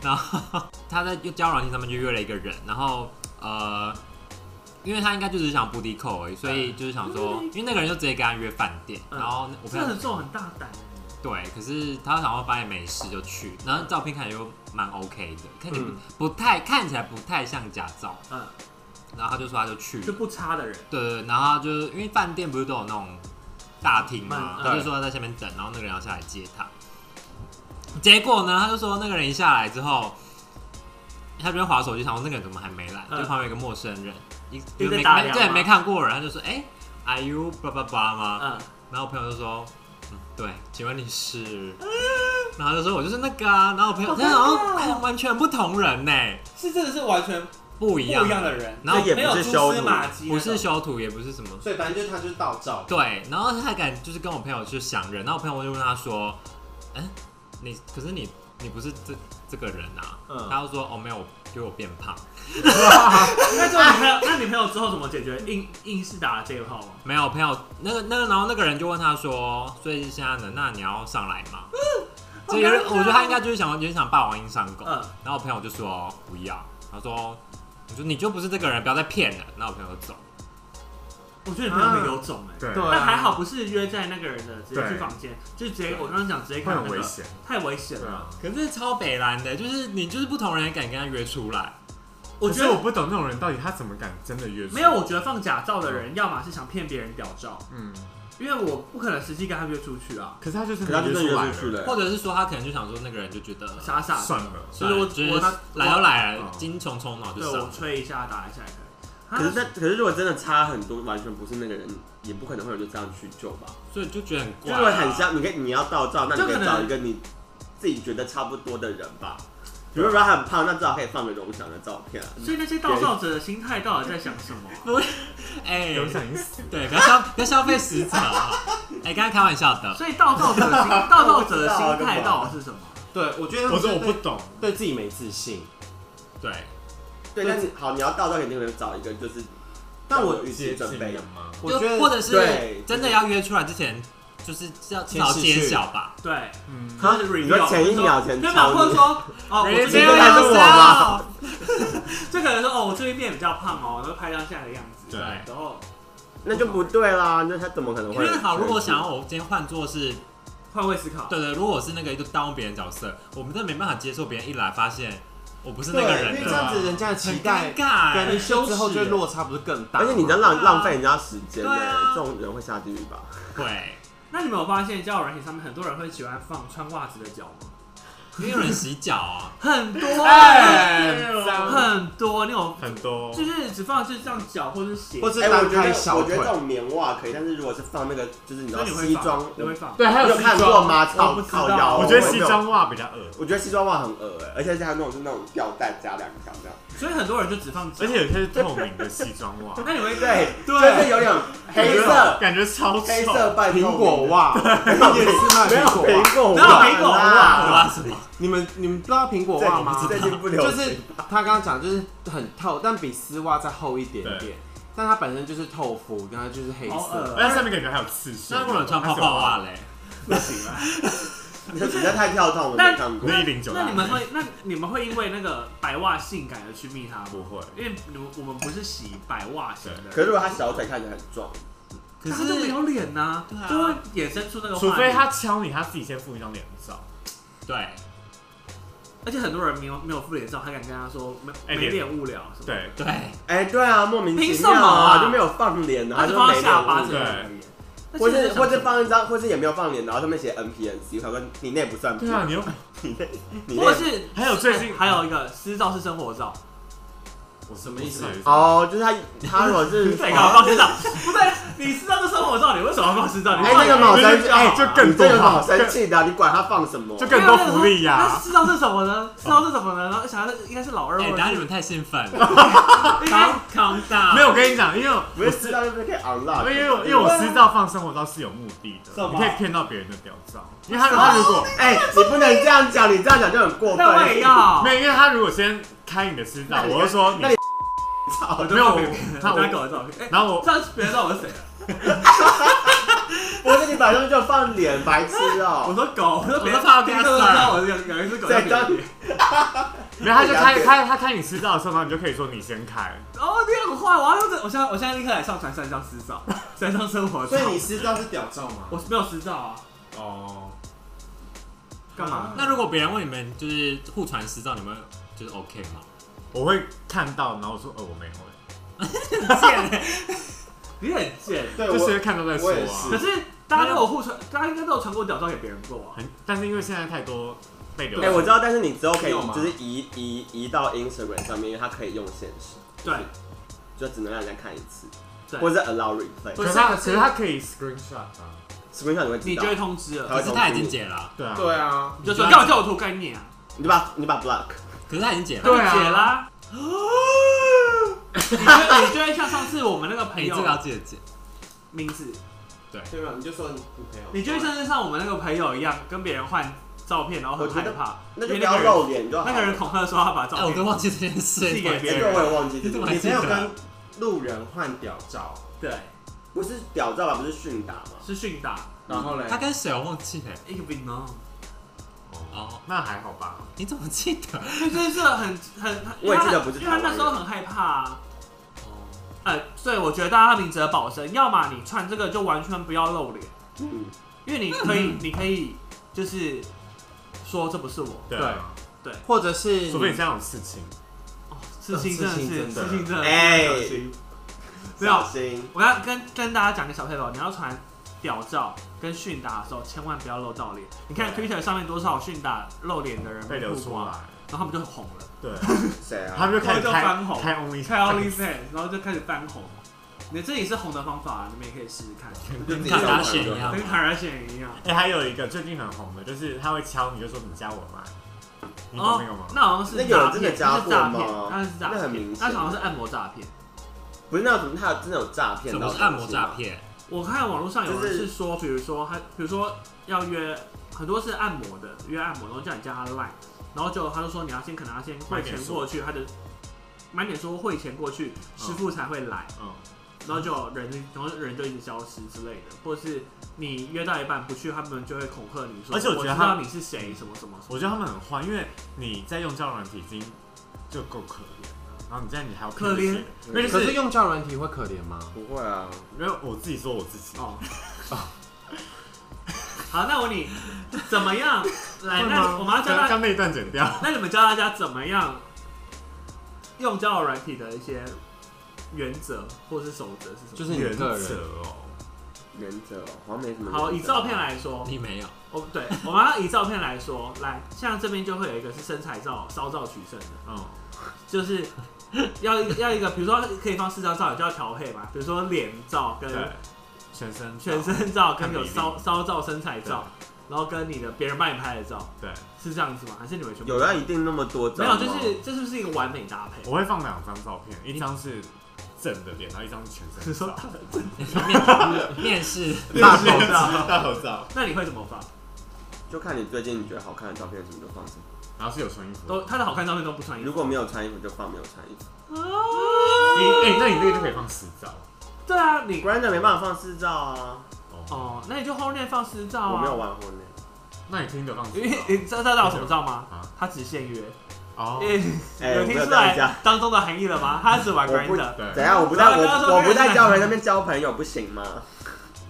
[SPEAKER 1] 然后他在交友软件上面就约了一个人，然后呃，因为他应该就只是想布迪扣而已，所以就是想说，因为那个人就直接跟他约饭店，
[SPEAKER 2] 嗯
[SPEAKER 1] 然后我朋
[SPEAKER 2] 这
[SPEAKER 1] 友
[SPEAKER 2] 很重很大胆欸。
[SPEAKER 1] 对，可是他想要发现没事就去，然后照片看起来就蛮 OK 的，看起来
[SPEAKER 5] 嗯
[SPEAKER 1] 不太看起来不太像假照，
[SPEAKER 2] 嗯，
[SPEAKER 1] 然后他就说他就去了
[SPEAKER 2] 就不差的人，
[SPEAKER 1] 对对，对然后他就是因为饭店不是都有那种大厅嘛，
[SPEAKER 2] 嗯
[SPEAKER 1] 他就说他在下面等，然后那个人要下来接他。结果呢，他就说那个人一下来之后，他这边划手机，想说那个人怎么还没来？
[SPEAKER 2] 嗯
[SPEAKER 1] 就旁边有一个陌生人，一
[SPEAKER 2] 一直
[SPEAKER 1] 没
[SPEAKER 2] 打
[SPEAKER 1] 没
[SPEAKER 2] 量
[SPEAKER 1] 对
[SPEAKER 2] 吗
[SPEAKER 1] 没看过人，他就说哎、a r e you 叭叭叭吗？
[SPEAKER 2] 嗯，
[SPEAKER 1] 然后我朋友就说，嗯，对，请问你是？嗯然后他就说我就是那个啊，然后我朋友
[SPEAKER 2] 好尴
[SPEAKER 1] 他好
[SPEAKER 2] 尬哦
[SPEAKER 1] 像完全不同人呢、
[SPEAKER 2] 是真的是完全
[SPEAKER 1] 不一样，
[SPEAKER 2] 的人
[SPEAKER 1] 然后
[SPEAKER 3] 这也不是修图，
[SPEAKER 2] 迹
[SPEAKER 1] 不是修图，也不是什么
[SPEAKER 5] 所以反正就是他就是盗照，
[SPEAKER 1] 对，然后他敢就是跟我朋友去相认，然后我朋友就问他说：“哎、你可是你你不是这这个人啊？”
[SPEAKER 5] 嗯
[SPEAKER 1] 他就说：“哦，没有，因为我变胖，
[SPEAKER 2] 那这个女朋友，那女朋友之后怎么解决？硬硬是打了这个炮吗？
[SPEAKER 1] 没有朋友那个那个，然后那个人就问他说：‘哦所以现在呢？那你要上来吗？’ 这有点，
[SPEAKER 2] 好
[SPEAKER 1] 我
[SPEAKER 2] 尴尬
[SPEAKER 1] 觉得他应该就是想有点想霸王硬上弓。
[SPEAKER 2] 嗯，
[SPEAKER 1] 然后我朋友就说：‘哦不要。’他说：‘哦你说你就不是这个人，不要再骗了。’然后我朋友就走。
[SPEAKER 2] 我觉得女朋友很有种哎、
[SPEAKER 4] 对，
[SPEAKER 5] 对
[SPEAKER 2] 但还好不是约在那个人的，直接
[SPEAKER 4] 啊对啊
[SPEAKER 2] 去房间，就直接我刚刚讲直接
[SPEAKER 4] 会
[SPEAKER 2] 看那
[SPEAKER 4] 很
[SPEAKER 2] 个
[SPEAKER 4] 危，险，
[SPEAKER 2] 太危险
[SPEAKER 4] 对
[SPEAKER 2] 了。
[SPEAKER 4] 啊。
[SPEAKER 1] 可是超北蓝的，就是你就是不同人也敢跟他约出来，
[SPEAKER 2] 我
[SPEAKER 4] 可
[SPEAKER 2] 觉
[SPEAKER 4] 是我
[SPEAKER 2] 得
[SPEAKER 4] 不懂那种人到底他怎么敢真的约出
[SPEAKER 2] 没
[SPEAKER 4] 来
[SPEAKER 2] 有，，我觉得放假照的人，要么是想骗别人屌照，
[SPEAKER 4] 嗯，
[SPEAKER 2] 因为我不可能实际跟他约出去啊，
[SPEAKER 4] 可是他就是
[SPEAKER 3] 可是他就真的
[SPEAKER 4] 约
[SPEAKER 3] 约出去
[SPEAKER 4] 了，
[SPEAKER 3] 了、
[SPEAKER 1] 或者是说他可能就想说那个人就觉得
[SPEAKER 2] 傻傻的。
[SPEAKER 4] 算了，
[SPEAKER 1] 所以我觉
[SPEAKER 2] 我
[SPEAKER 1] 得
[SPEAKER 2] 他
[SPEAKER 1] 来都来啊了
[SPEAKER 4] 哦，
[SPEAKER 1] 精虫冲脑就上
[SPEAKER 2] 对我
[SPEAKER 1] 了。
[SPEAKER 2] 吹一下打一下也可以。
[SPEAKER 3] 可是
[SPEAKER 2] 啊
[SPEAKER 3] 他，可是如果真的差很多，完全不是那个人，也不可能会有人就这样去救吧。
[SPEAKER 1] 所以就觉得很
[SPEAKER 3] 就
[SPEAKER 1] 怪、
[SPEAKER 3] 是
[SPEAKER 1] 啊，
[SPEAKER 3] 很像，你可以你要照照，那你可
[SPEAKER 2] 就可能
[SPEAKER 3] 以找一个你自己觉得差不多的人吧。比如说他很胖，那至少可以放个荣翔的照片啊。
[SPEAKER 2] 所以那些盗照者的心态到底在想什么啊？
[SPEAKER 1] 哎、
[SPEAKER 4] 有想已经死了，
[SPEAKER 1] 对，不要消不要消费食材 啊！哎、刚才开玩笑的，
[SPEAKER 2] 所以盗照者 的心，
[SPEAKER 4] 啊
[SPEAKER 2] 盗照者的心态到底是什么？
[SPEAKER 5] 对我觉得他
[SPEAKER 4] 我
[SPEAKER 5] 们
[SPEAKER 4] 说我不
[SPEAKER 5] 对
[SPEAKER 4] 懂，
[SPEAKER 5] 对自己没自信，
[SPEAKER 1] 对，
[SPEAKER 3] 对，但是好，你要照照，肯定能找一个就是，
[SPEAKER 5] 但我
[SPEAKER 3] 有预期
[SPEAKER 4] 接
[SPEAKER 3] 准
[SPEAKER 4] 近
[SPEAKER 3] 备
[SPEAKER 4] 了。吗？
[SPEAKER 5] 我觉
[SPEAKER 1] 就或
[SPEAKER 5] 得
[SPEAKER 1] 者是
[SPEAKER 3] 对
[SPEAKER 1] 真的要约出来之前，就是要至
[SPEAKER 5] 先
[SPEAKER 1] 少
[SPEAKER 5] 试
[SPEAKER 1] 揭
[SPEAKER 5] 训
[SPEAKER 1] 晓吧。
[SPEAKER 2] 对，
[SPEAKER 4] 嗯，
[SPEAKER 3] 哈
[SPEAKER 2] 就是
[SPEAKER 3] 你
[SPEAKER 2] review，
[SPEAKER 3] 说前一秒前
[SPEAKER 2] 对吧？
[SPEAKER 3] 超
[SPEAKER 2] 或者
[SPEAKER 3] 你，
[SPEAKER 2] 说，哦，我这
[SPEAKER 3] 这
[SPEAKER 2] 边
[SPEAKER 3] 个还是我吗
[SPEAKER 2] 这个人说，哦，我这边变比较胖哦，然后拍到现在的样子，
[SPEAKER 4] 对
[SPEAKER 2] 然后
[SPEAKER 3] 那就不对啦，那他怎么可能
[SPEAKER 1] 因
[SPEAKER 3] 会？
[SPEAKER 1] 为好，如果想要我今天换做是
[SPEAKER 2] 换位思考，
[SPEAKER 1] 对对，如果我是那个就耽误别人角色，我们真的没办法接受别人一来发现我不是那
[SPEAKER 5] 对，
[SPEAKER 1] 个人啊
[SPEAKER 5] 因为这
[SPEAKER 1] 的，
[SPEAKER 5] 样子人家的期
[SPEAKER 1] 很
[SPEAKER 5] 待
[SPEAKER 1] 尴尬
[SPEAKER 5] 跟
[SPEAKER 1] 欸。
[SPEAKER 5] 羞之后就落差不是更大？
[SPEAKER 3] 而且你在浪
[SPEAKER 2] 对啊
[SPEAKER 3] 浪费人家时间呢、
[SPEAKER 1] 对啊
[SPEAKER 3] 这种人会下地狱吧？
[SPEAKER 1] 对，
[SPEAKER 2] 那你们有发现交友软体上面很多人会喜欢放穿袜子的脚吗？
[SPEAKER 1] 因为有人洗脚 啊，
[SPEAKER 2] 很多、
[SPEAKER 4] 哎脏
[SPEAKER 2] 很多那种，
[SPEAKER 4] 很多
[SPEAKER 2] 就，是只放就是这样脚或者是鞋，
[SPEAKER 5] 或是
[SPEAKER 3] 哎我
[SPEAKER 5] 单
[SPEAKER 3] 觉得
[SPEAKER 5] 开小
[SPEAKER 3] 我觉
[SPEAKER 5] 腿
[SPEAKER 3] 得这，种棉袜可以，但是如果是放那个就是你知
[SPEAKER 2] 那
[SPEAKER 3] 道
[SPEAKER 2] 你会
[SPEAKER 3] 西
[SPEAKER 2] 放
[SPEAKER 3] 装，，
[SPEAKER 2] 你会放。
[SPEAKER 4] 对，还
[SPEAKER 3] 你
[SPEAKER 4] 有
[SPEAKER 3] 有
[SPEAKER 4] 西
[SPEAKER 3] 看过
[SPEAKER 4] 装，
[SPEAKER 3] 吗？
[SPEAKER 2] 我不
[SPEAKER 3] 超
[SPEAKER 2] 知道
[SPEAKER 3] 靠腰，
[SPEAKER 4] 我觉得西装袜比较恶，
[SPEAKER 3] 我觉得西装袜很恶欸而且是它那种是那种吊带加两条这样，
[SPEAKER 2] 所以很多人就只放脚，
[SPEAKER 4] 而且有哎些是透明的西装 袜，
[SPEAKER 2] 那你会
[SPEAKER 3] 对，就
[SPEAKER 2] 对
[SPEAKER 3] 是有点黑色
[SPEAKER 4] 感觉超丑。
[SPEAKER 3] 黑色半透明的
[SPEAKER 5] 苹果，袜， 你们也吃那
[SPEAKER 3] 没有
[SPEAKER 5] 苹果袜？
[SPEAKER 3] 苹果
[SPEAKER 2] 哪有苹果
[SPEAKER 1] 我
[SPEAKER 2] 袜
[SPEAKER 3] 啦，
[SPEAKER 1] 拉什么？
[SPEAKER 5] 你们你们不知道苹果
[SPEAKER 3] 这
[SPEAKER 5] 袜
[SPEAKER 3] 你
[SPEAKER 5] 吗？
[SPEAKER 3] 最近不流
[SPEAKER 5] 就
[SPEAKER 3] 行
[SPEAKER 5] 是他刚刚讲，就是很透，但比丝袜再厚一点点，但它本身就是透肤，然后就是黑
[SPEAKER 2] 好恶
[SPEAKER 5] 色。
[SPEAKER 4] 而且上面感觉还有刺绣。
[SPEAKER 1] 那如果有穿泡泡袜嘞？
[SPEAKER 2] 不行啊。
[SPEAKER 3] 你这太跳动了，
[SPEAKER 2] 那
[SPEAKER 3] 没看过
[SPEAKER 4] 那。一零九，
[SPEAKER 2] 那你们会那你们会因为那个白袜性感而去密他吗？
[SPEAKER 4] 不会？
[SPEAKER 2] 因为你们我们不是洗白袜型的，
[SPEAKER 3] 可是如果他小腿看起来很壮，
[SPEAKER 1] 可
[SPEAKER 2] 他就没
[SPEAKER 1] 是
[SPEAKER 2] 有脸呐、
[SPEAKER 1] 对啊
[SPEAKER 2] 就会衍生出那个画
[SPEAKER 4] 除
[SPEAKER 2] 面。
[SPEAKER 4] 非他敲你，他自己先附一张脸照。
[SPEAKER 1] 对，
[SPEAKER 2] 而且很多人没有没有敷脸照，还敢跟他说没
[SPEAKER 4] 哎
[SPEAKER 2] 没
[SPEAKER 4] 脸
[SPEAKER 2] 脸无聊什么？，
[SPEAKER 4] 对，
[SPEAKER 1] 对，
[SPEAKER 3] 哎，对啊，莫名
[SPEAKER 2] 凭
[SPEAKER 3] 其
[SPEAKER 2] 什么
[SPEAKER 3] 妙
[SPEAKER 2] 啊
[SPEAKER 3] 就没有放脸，然
[SPEAKER 2] 他
[SPEAKER 3] 后
[SPEAKER 2] 只
[SPEAKER 3] 就
[SPEAKER 2] 放
[SPEAKER 3] 没
[SPEAKER 2] 下巴
[SPEAKER 3] 脸
[SPEAKER 2] 这
[SPEAKER 4] 对
[SPEAKER 2] 样而已。那
[SPEAKER 3] 或
[SPEAKER 2] 现在
[SPEAKER 3] 是
[SPEAKER 2] 想
[SPEAKER 3] 或是
[SPEAKER 2] 什么
[SPEAKER 3] 放一张，或是也没有放脸，然后上面写 N P N C，我想说你那也不算 P，
[SPEAKER 4] 对啊，你又
[SPEAKER 3] 你那你
[SPEAKER 2] 或
[SPEAKER 3] 那
[SPEAKER 2] 者是
[SPEAKER 4] 还有最近
[SPEAKER 2] 还有一个私照是生活照，
[SPEAKER 4] 我
[SPEAKER 5] 什么意思
[SPEAKER 3] 哦，就是他他如果是
[SPEAKER 2] 对，搞放私照，不对，你私照是生活照，你为什么要放私照？你
[SPEAKER 3] 哎，那个
[SPEAKER 2] 毛
[SPEAKER 3] 好生气，哎，
[SPEAKER 4] 就更
[SPEAKER 3] 你这有
[SPEAKER 4] 多
[SPEAKER 3] 什么好
[SPEAKER 4] 嘛
[SPEAKER 3] 生气的啊？你管他放什么？
[SPEAKER 4] 就更多福利呀
[SPEAKER 2] 那私照是什么呢？私照是什么呢？然后想要应该是老二
[SPEAKER 1] 哎，
[SPEAKER 2] 或
[SPEAKER 1] 等
[SPEAKER 2] 者
[SPEAKER 1] 下你
[SPEAKER 2] 是哎
[SPEAKER 1] 们太兴 奋了，
[SPEAKER 2] 应该
[SPEAKER 1] 康康大
[SPEAKER 4] 没有，我跟你讲，因为
[SPEAKER 3] 不是知道就是可以 unlock，
[SPEAKER 4] 因为我因为我私照放生活照啊是有目的的，
[SPEAKER 2] 么
[SPEAKER 4] 你可以骗到别人的屌照，因为他他如果
[SPEAKER 3] 哎，你不能这样讲，你这样讲就很过分。
[SPEAKER 2] 那我也要
[SPEAKER 4] 没。有，因为他如果先开你的私照，
[SPEAKER 3] 那你
[SPEAKER 4] 我就说你
[SPEAKER 3] 那你
[SPEAKER 2] 我
[SPEAKER 4] 没有我
[SPEAKER 2] 他
[SPEAKER 4] 那
[SPEAKER 2] 我
[SPEAKER 4] 我
[SPEAKER 2] 搞照片，哎，
[SPEAKER 4] 然后我
[SPEAKER 2] 这样别人知道我是谁了。
[SPEAKER 3] 不是你本身就放脸，白痴
[SPEAKER 2] 我
[SPEAKER 3] 哦。
[SPEAKER 2] 说狗，我说别人
[SPEAKER 1] 我说怕
[SPEAKER 2] 别
[SPEAKER 1] 被
[SPEAKER 2] 人
[SPEAKER 1] 他
[SPEAKER 2] 都
[SPEAKER 1] 杀
[SPEAKER 2] 知道我是养养一只狗在
[SPEAKER 3] 在
[SPEAKER 2] 家
[SPEAKER 3] 家
[SPEAKER 2] 里。
[SPEAKER 4] 没有他就开开他开你私照的时候，然后你就可以说你先开，
[SPEAKER 2] 哦，你很坏，我要用这，我现在我现在立刻来上传三张私照，三张生活照。
[SPEAKER 5] 私照是屌照吗
[SPEAKER 2] 我没有私照啊，
[SPEAKER 4] 哦，
[SPEAKER 2] 干嘛？
[SPEAKER 1] 那如果别人问你们就是互传私照，你们就是 OK 吗？
[SPEAKER 3] 哦
[SPEAKER 4] 我会看到，然后我说呃我没有欸，
[SPEAKER 2] 你很贱。
[SPEAKER 3] 对，
[SPEAKER 4] 就直
[SPEAKER 3] 我
[SPEAKER 4] 接看到再说
[SPEAKER 3] 我也
[SPEAKER 4] 啊
[SPEAKER 2] 可
[SPEAKER 3] 是。
[SPEAKER 2] 是大家都有互传，大家应该都有传过屌照给别人过啊。
[SPEAKER 4] 很，但是因为现在太多被流
[SPEAKER 3] 哎，我
[SPEAKER 4] 传，
[SPEAKER 3] 知道，但是你之后可以
[SPEAKER 5] 有吗
[SPEAKER 3] 就是移移移到 Instagram 上面，因为它可以用现实，
[SPEAKER 2] 对
[SPEAKER 3] 就只能让人家看一次，
[SPEAKER 2] 对，
[SPEAKER 3] 或者是 allow replay。
[SPEAKER 4] 可是他可是他可以 screenshot 啊，
[SPEAKER 3] screen 上你会知
[SPEAKER 2] 你
[SPEAKER 3] 道
[SPEAKER 2] 就，会通知了，
[SPEAKER 1] 可是他已经解了啊，
[SPEAKER 4] 对啊，
[SPEAKER 5] 对啊，
[SPEAKER 2] 你就说干嘛叫我涂概念啊？
[SPEAKER 3] 你就把你就把 block，
[SPEAKER 1] 可是他已经解了。
[SPEAKER 4] 对啊
[SPEAKER 2] 解啦。你就会你就会像上次我们那个朋
[SPEAKER 1] 哎，这
[SPEAKER 2] 友
[SPEAKER 1] 个要记得解。
[SPEAKER 2] 名字，
[SPEAKER 5] 对吧？你就说你女朋友
[SPEAKER 2] 你就会像是像我们那个朋友一样，跟别人换照片，然后很害怕，
[SPEAKER 3] 那就
[SPEAKER 2] 因为那
[SPEAKER 3] 不要
[SPEAKER 2] 个人
[SPEAKER 3] 露脸就好。哎
[SPEAKER 2] 那个人恐吓说他把
[SPEAKER 1] 哎，
[SPEAKER 2] 照
[SPEAKER 1] 我都
[SPEAKER 2] 片
[SPEAKER 1] 忘记这件事。
[SPEAKER 2] 寄给别
[SPEAKER 3] 这
[SPEAKER 2] 人
[SPEAKER 3] 个我也忘记，
[SPEAKER 1] 你怎么还
[SPEAKER 5] 你
[SPEAKER 1] 记
[SPEAKER 5] 朋
[SPEAKER 1] 得
[SPEAKER 5] 友
[SPEAKER 1] 啊
[SPEAKER 5] 跟路人换屌照，
[SPEAKER 2] 对
[SPEAKER 3] 不是屌照吧？不是训打吗？
[SPEAKER 2] 是训打，
[SPEAKER 5] 然后嘞，
[SPEAKER 1] 他跟谁我忘记了？
[SPEAKER 2] 一个饼哦，
[SPEAKER 1] 哦，
[SPEAKER 4] 那还好吧，
[SPEAKER 1] 你怎么记得？
[SPEAKER 2] 对，就是很很，很
[SPEAKER 3] 我也记得不是
[SPEAKER 2] 因为他
[SPEAKER 3] 台
[SPEAKER 2] 因为
[SPEAKER 3] 湾人
[SPEAKER 2] 他那时候很害怕啊。
[SPEAKER 1] 哦，
[SPEAKER 2] 呃，所以我觉得大家明哲保身，要么你穿这个就完全不要露脸，
[SPEAKER 3] 嗯，
[SPEAKER 2] 因为你可以，你可以就是说这不是我，
[SPEAKER 4] 对啊，
[SPEAKER 5] 或者是
[SPEAKER 4] 除非你现在有事情，
[SPEAKER 2] 哦，刺青真的
[SPEAKER 5] 刺青
[SPEAKER 2] 是，
[SPEAKER 5] 真的
[SPEAKER 2] 刺青真的是
[SPEAKER 3] 哎
[SPEAKER 2] 小心，没有
[SPEAKER 3] 小，心。
[SPEAKER 2] 我要跟跟大家讲个小 paper，你要传屌照跟训打的时候，千万不要露到脸。你看 Twitter 上面多少训打露脸的人
[SPEAKER 4] 被流
[SPEAKER 2] 曝
[SPEAKER 4] 出
[SPEAKER 2] 光，
[SPEAKER 4] 来
[SPEAKER 2] 然，后他们就很红了，
[SPEAKER 4] 对，
[SPEAKER 3] 谁啊？
[SPEAKER 4] 他啊们就开始
[SPEAKER 2] 然后就
[SPEAKER 4] 开
[SPEAKER 2] 翻红
[SPEAKER 4] 开
[SPEAKER 2] 你
[SPEAKER 4] only
[SPEAKER 2] 看 o n l y f a n 然后就开始翻红。你这也是红的方法，你们也可以试试 看，
[SPEAKER 3] 就自己
[SPEAKER 1] 看
[SPEAKER 3] 上
[SPEAKER 1] 他
[SPEAKER 3] 网
[SPEAKER 1] 选
[SPEAKER 3] 就
[SPEAKER 1] 一
[SPEAKER 3] 好
[SPEAKER 1] 样
[SPEAKER 2] 跟。卡 a r 一样。
[SPEAKER 4] 哎、还有一个最近很红的，就是他会敲你，就说你加我 line，你懂那个吗？
[SPEAKER 2] 那好像是
[SPEAKER 3] 那有
[SPEAKER 2] 诈
[SPEAKER 3] 人真的
[SPEAKER 2] 骗
[SPEAKER 3] 加
[SPEAKER 2] 那是诈
[SPEAKER 3] 货
[SPEAKER 2] 骗
[SPEAKER 3] 吗
[SPEAKER 2] 那是诈
[SPEAKER 3] 那
[SPEAKER 2] 骗
[SPEAKER 3] 很明，
[SPEAKER 2] 那
[SPEAKER 3] 显
[SPEAKER 2] 好像是按摩诈骗。
[SPEAKER 3] 不是那种，他有真的有诈骗
[SPEAKER 1] 什
[SPEAKER 3] 到
[SPEAKER 1] 么
[SPEAKER 3] 东西吗？
[SPEAKER 1] 是按摩诈骗？
[SPEAKER 2] 我看网络上有人
[SPEAKER 3] 就是
[SPEAKER 2] 是说，比如说他，比如说要约，很多是按摩的，约按摩，然后叫你加他 line，然后就他就说你要先可能要先汇钱过去，他的满点说汇钱过去，师傅才会来，
[SPEAKER 4] 嗯，
[SPEAKER 2] 然后就人，然后人就一直消失之类的，或者是你约到一半不去，他们就会恐吓你说，
[SPEAKER 4] 而且
[SPEAKER 2] 我
[SPEAKER 4] 我觉得
[SPEAKER 2] 知
[SPEAKER 4] 他
[SPEAKER 2] 道你是谁，什么什么什么，
[SPEAKER 4] 我觉得他们很坏，因为你在用交友软体已经就够可怜了，然后你这样你还要骗这些人因为就
[SPEAKER 5] 可是
[SPEAKER 4] 是
[SPEAKER 5] 用交友软体会可怜吗？
[SPEAKER 3] 不会啊，
[SPEAKER 4] 因为我自己说我自己，
[SPEAKER 2] 哦，好，那我问你怎么样？
[SPEAKER 4] 哎
[SPEAKER 2] 来，那我们要教大
[SPEAKER 4] 将
[SPEAKER 2] 家，
[SPEAKER 4] 将那一段剪掉。
[SPEAKER 2] 那你们教大家怎么样用交友软体的一些原则或是守则是什么？
[SPEAKER 5] 就是你个人，
[SPEAKER 4] 哦，
[SPEAKER 3] 原则哦好像没什么。
[SPEAKER 2] 好，以照片，来说，
[SPEAKER 1] 你没有，
[SPEAKER 2] 我对，我们要以照片来说，来，像这边就会有一个是身材照、骚照取胜的，
[SPEAKER 4] 嗯，
[SPEAKER 2] 就是 要一个要一个，比如说可以放四张照，就要调配嘛，比如说脸照跟
[SPEAKER 4] 对，全身照
[SPEAKER 2] 全身照，跟有
[SPEAKER 4] 看比例
[SPEAKER 2] 骚骚照、身材照，然后跟你的别人帮你拍的照，
[SPEAKER 4] 对，
[SPEAKER 2] 是这样子吗？还是你们全部
[SPEAKER 3] 有啊要一定那么多
[SPEAKER 2] 没
[SPEAKER 3] 张
[SPEAKER 2] 有？
[SPEAKER 3] 吗？
[SPEAKER 2] 就是这是不是一个完美搭配？
[SPEAKER 4] 我会放两张照片，一张是正的脸，然后一张是全身照，
[SPEAKER 1] 面面试
[SPEAKER 5] 大头
[SPEAKER 2] 照
[SPEAKER 4] 大头照，
[SPEAKER 2] 那你会怎么放？
[SPEAKER 3] 就看你最近你觉得好看的照片什么就放什么，
[SPEAKER 4] 然后是有穿衣服的。
[SPEAKER 2] 都他的好看照片都不穿衣
[SPEAKER 3] 如
[SPEAKER 2] 服，啊
[SPEAKER 3] 果没有穿衣服就放没有穿衣服。
[SPEAKER 4] 你哎，那你那个就可以放十照。
[SPEAKER 2] 对啊，你
[SPEAKER 3] Grinder 没办法放私照啊，
[SPEAKER 4] 哦，
[SPEAKER 2] 哦，那你就后面放私照啊。
[SPEAKER 3] 我没有玩婚呢。
[SPEAKER 4] 那你听得放十
[SPEAKER 2] 因为
[SPEAKER 4] 照
[SPEAKER 2] 你知道大家有什么照吗
[SPEAKER 4] 啊？
[SPEAKER 2] 他只限约，
[SPEAKER 4] 哦，
[SPEAKER 2] 欸
[SPEAKER 3] 哎
[SPEAKER 2] 有
[SPEAKER 3] 我没
[SPEAKER 2] 听
[SPEAKER 3] 有
[SPEAKER 2] 出
[SPEAKER 3] 这样
[SPEAKER 2] 来
[SPEAKER 3] 讲
[SPEAKER 2] 当中的含义了吗？他只玩
[SPEAKER 3] 我不
[SPEAKER 2] Grinder，
[SPEAKER 4] 对，
[SPEAKER 3] 怎样？我不在
[SPEAKER 2] 然后刚刚说
[SPEAKER 3] 我我不在
[SPEAKER 2] 看
[SPEAKER 3] 交友哦那边交朋友不行吗？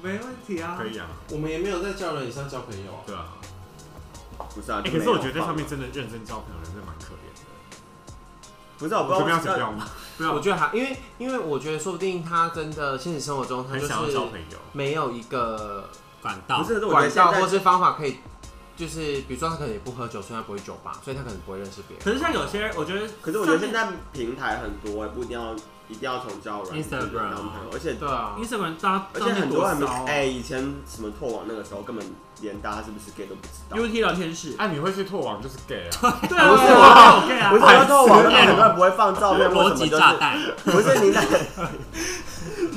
[SPEAKER 2] 没问题啊
[SPEAKER 4] 可。以啊，
[SPEAKER 5] 我们也没有在交人以上交朋友啊。
[SPEAKER 4] 对啊。
[SPEAKER 3] 不是啊，
[SPEAKER 4] 哎，
[SPEAKER 3] 就
[SPEAKER 4] 可
[SPEAKER 3] 没
[SPEAKER 4] 是
[SPEAKER 3] 有
[SPEAKER 4] 我觉得在
[SPEAKER 3] 放
[SPEAKER 4] 上面真的认真交朋友的人真的蛮可怜的。
[SPEAKER 3] 不是啊，我不
[SPEAKER 4] 我这
[SPEAKER 3] 知
[SPEAKER 4] 边要剪
[SPEAKER 3] 道
[SPEAKER 4] 掉吗？
[SPEAKER 2] 不要
[SPEAKER 5] 我觉得还因为因为我觉得说不定他真的现实生活中他
[SPEAKER 4] 很
[SPEAKER 5] 就
[SPEAKER 4] 想要交
[SPEAKER 5] 是
[SPEAKER 4] 朋友。
[SPEAKER 5] 没有一个
[SPEAKER 1] 管道
[SPEAKER 3] 不，是，可是我觉得
[SPEAKER 5] 管道
[SPEAKER 3] 现
[SPEAKER 5] 或
[SPEAKER 3] 在
[SPEAKER 5] 是方法可以，就是比如说他可能也不喝酒，所以他不会酒吧，所以他可能不会认识别人。
[SPEAKER 2] 可是像有些人，我觉得，
[SPEAKER 3] 可是我觉得现在平台很多，也不一定要一定要从交友软件
[SPEAKER 1] Instagram
[SPEAKER 3] 当朋友，而且
[SPEAKER 5] 对啊，
[SPEAKER 2] Instagram 大
[SPEAKER 3] 而
[SPEAKER 2] 家
[SPEAKER 3] 且
[SPEAKER 2] 上面
[SPEAKER 3] 很多
[SPEAKER 2] 多啊
[SPEAKER 3] 还没
[SPEAKER 2] 骚
[SPEAKER 3] 哎，以前什么拓网那个时候根本连大家是不是 gay 都不知道。
[SPEAKER 2] ，UT 聊天室，
[SPEAKER 4] 啊，你会去拓网就是 gay 啊？
[SPEAKER 2] 对啊，
[SPEAKER 3] 不
[SPEAKER 2] 我
[SPEAKER 3] 是
[SPEAKER 2] 也有 gay
[SPEAKER 3] 不是
[SPEAKER 2] 啊，
[SPEAKER 3] 说拓网那很多人不会放照片或
[SPEAKER 1] 逻
[SPEAKER 3] 什么，
[SPEAKER 1] 辑
[SPEAKER 3] 就
[SPEAKER 1] 炸
[SPEAKER 3] 是
[SPEAKER 1] 弹，哦
[SPEAKER 3] 不是你那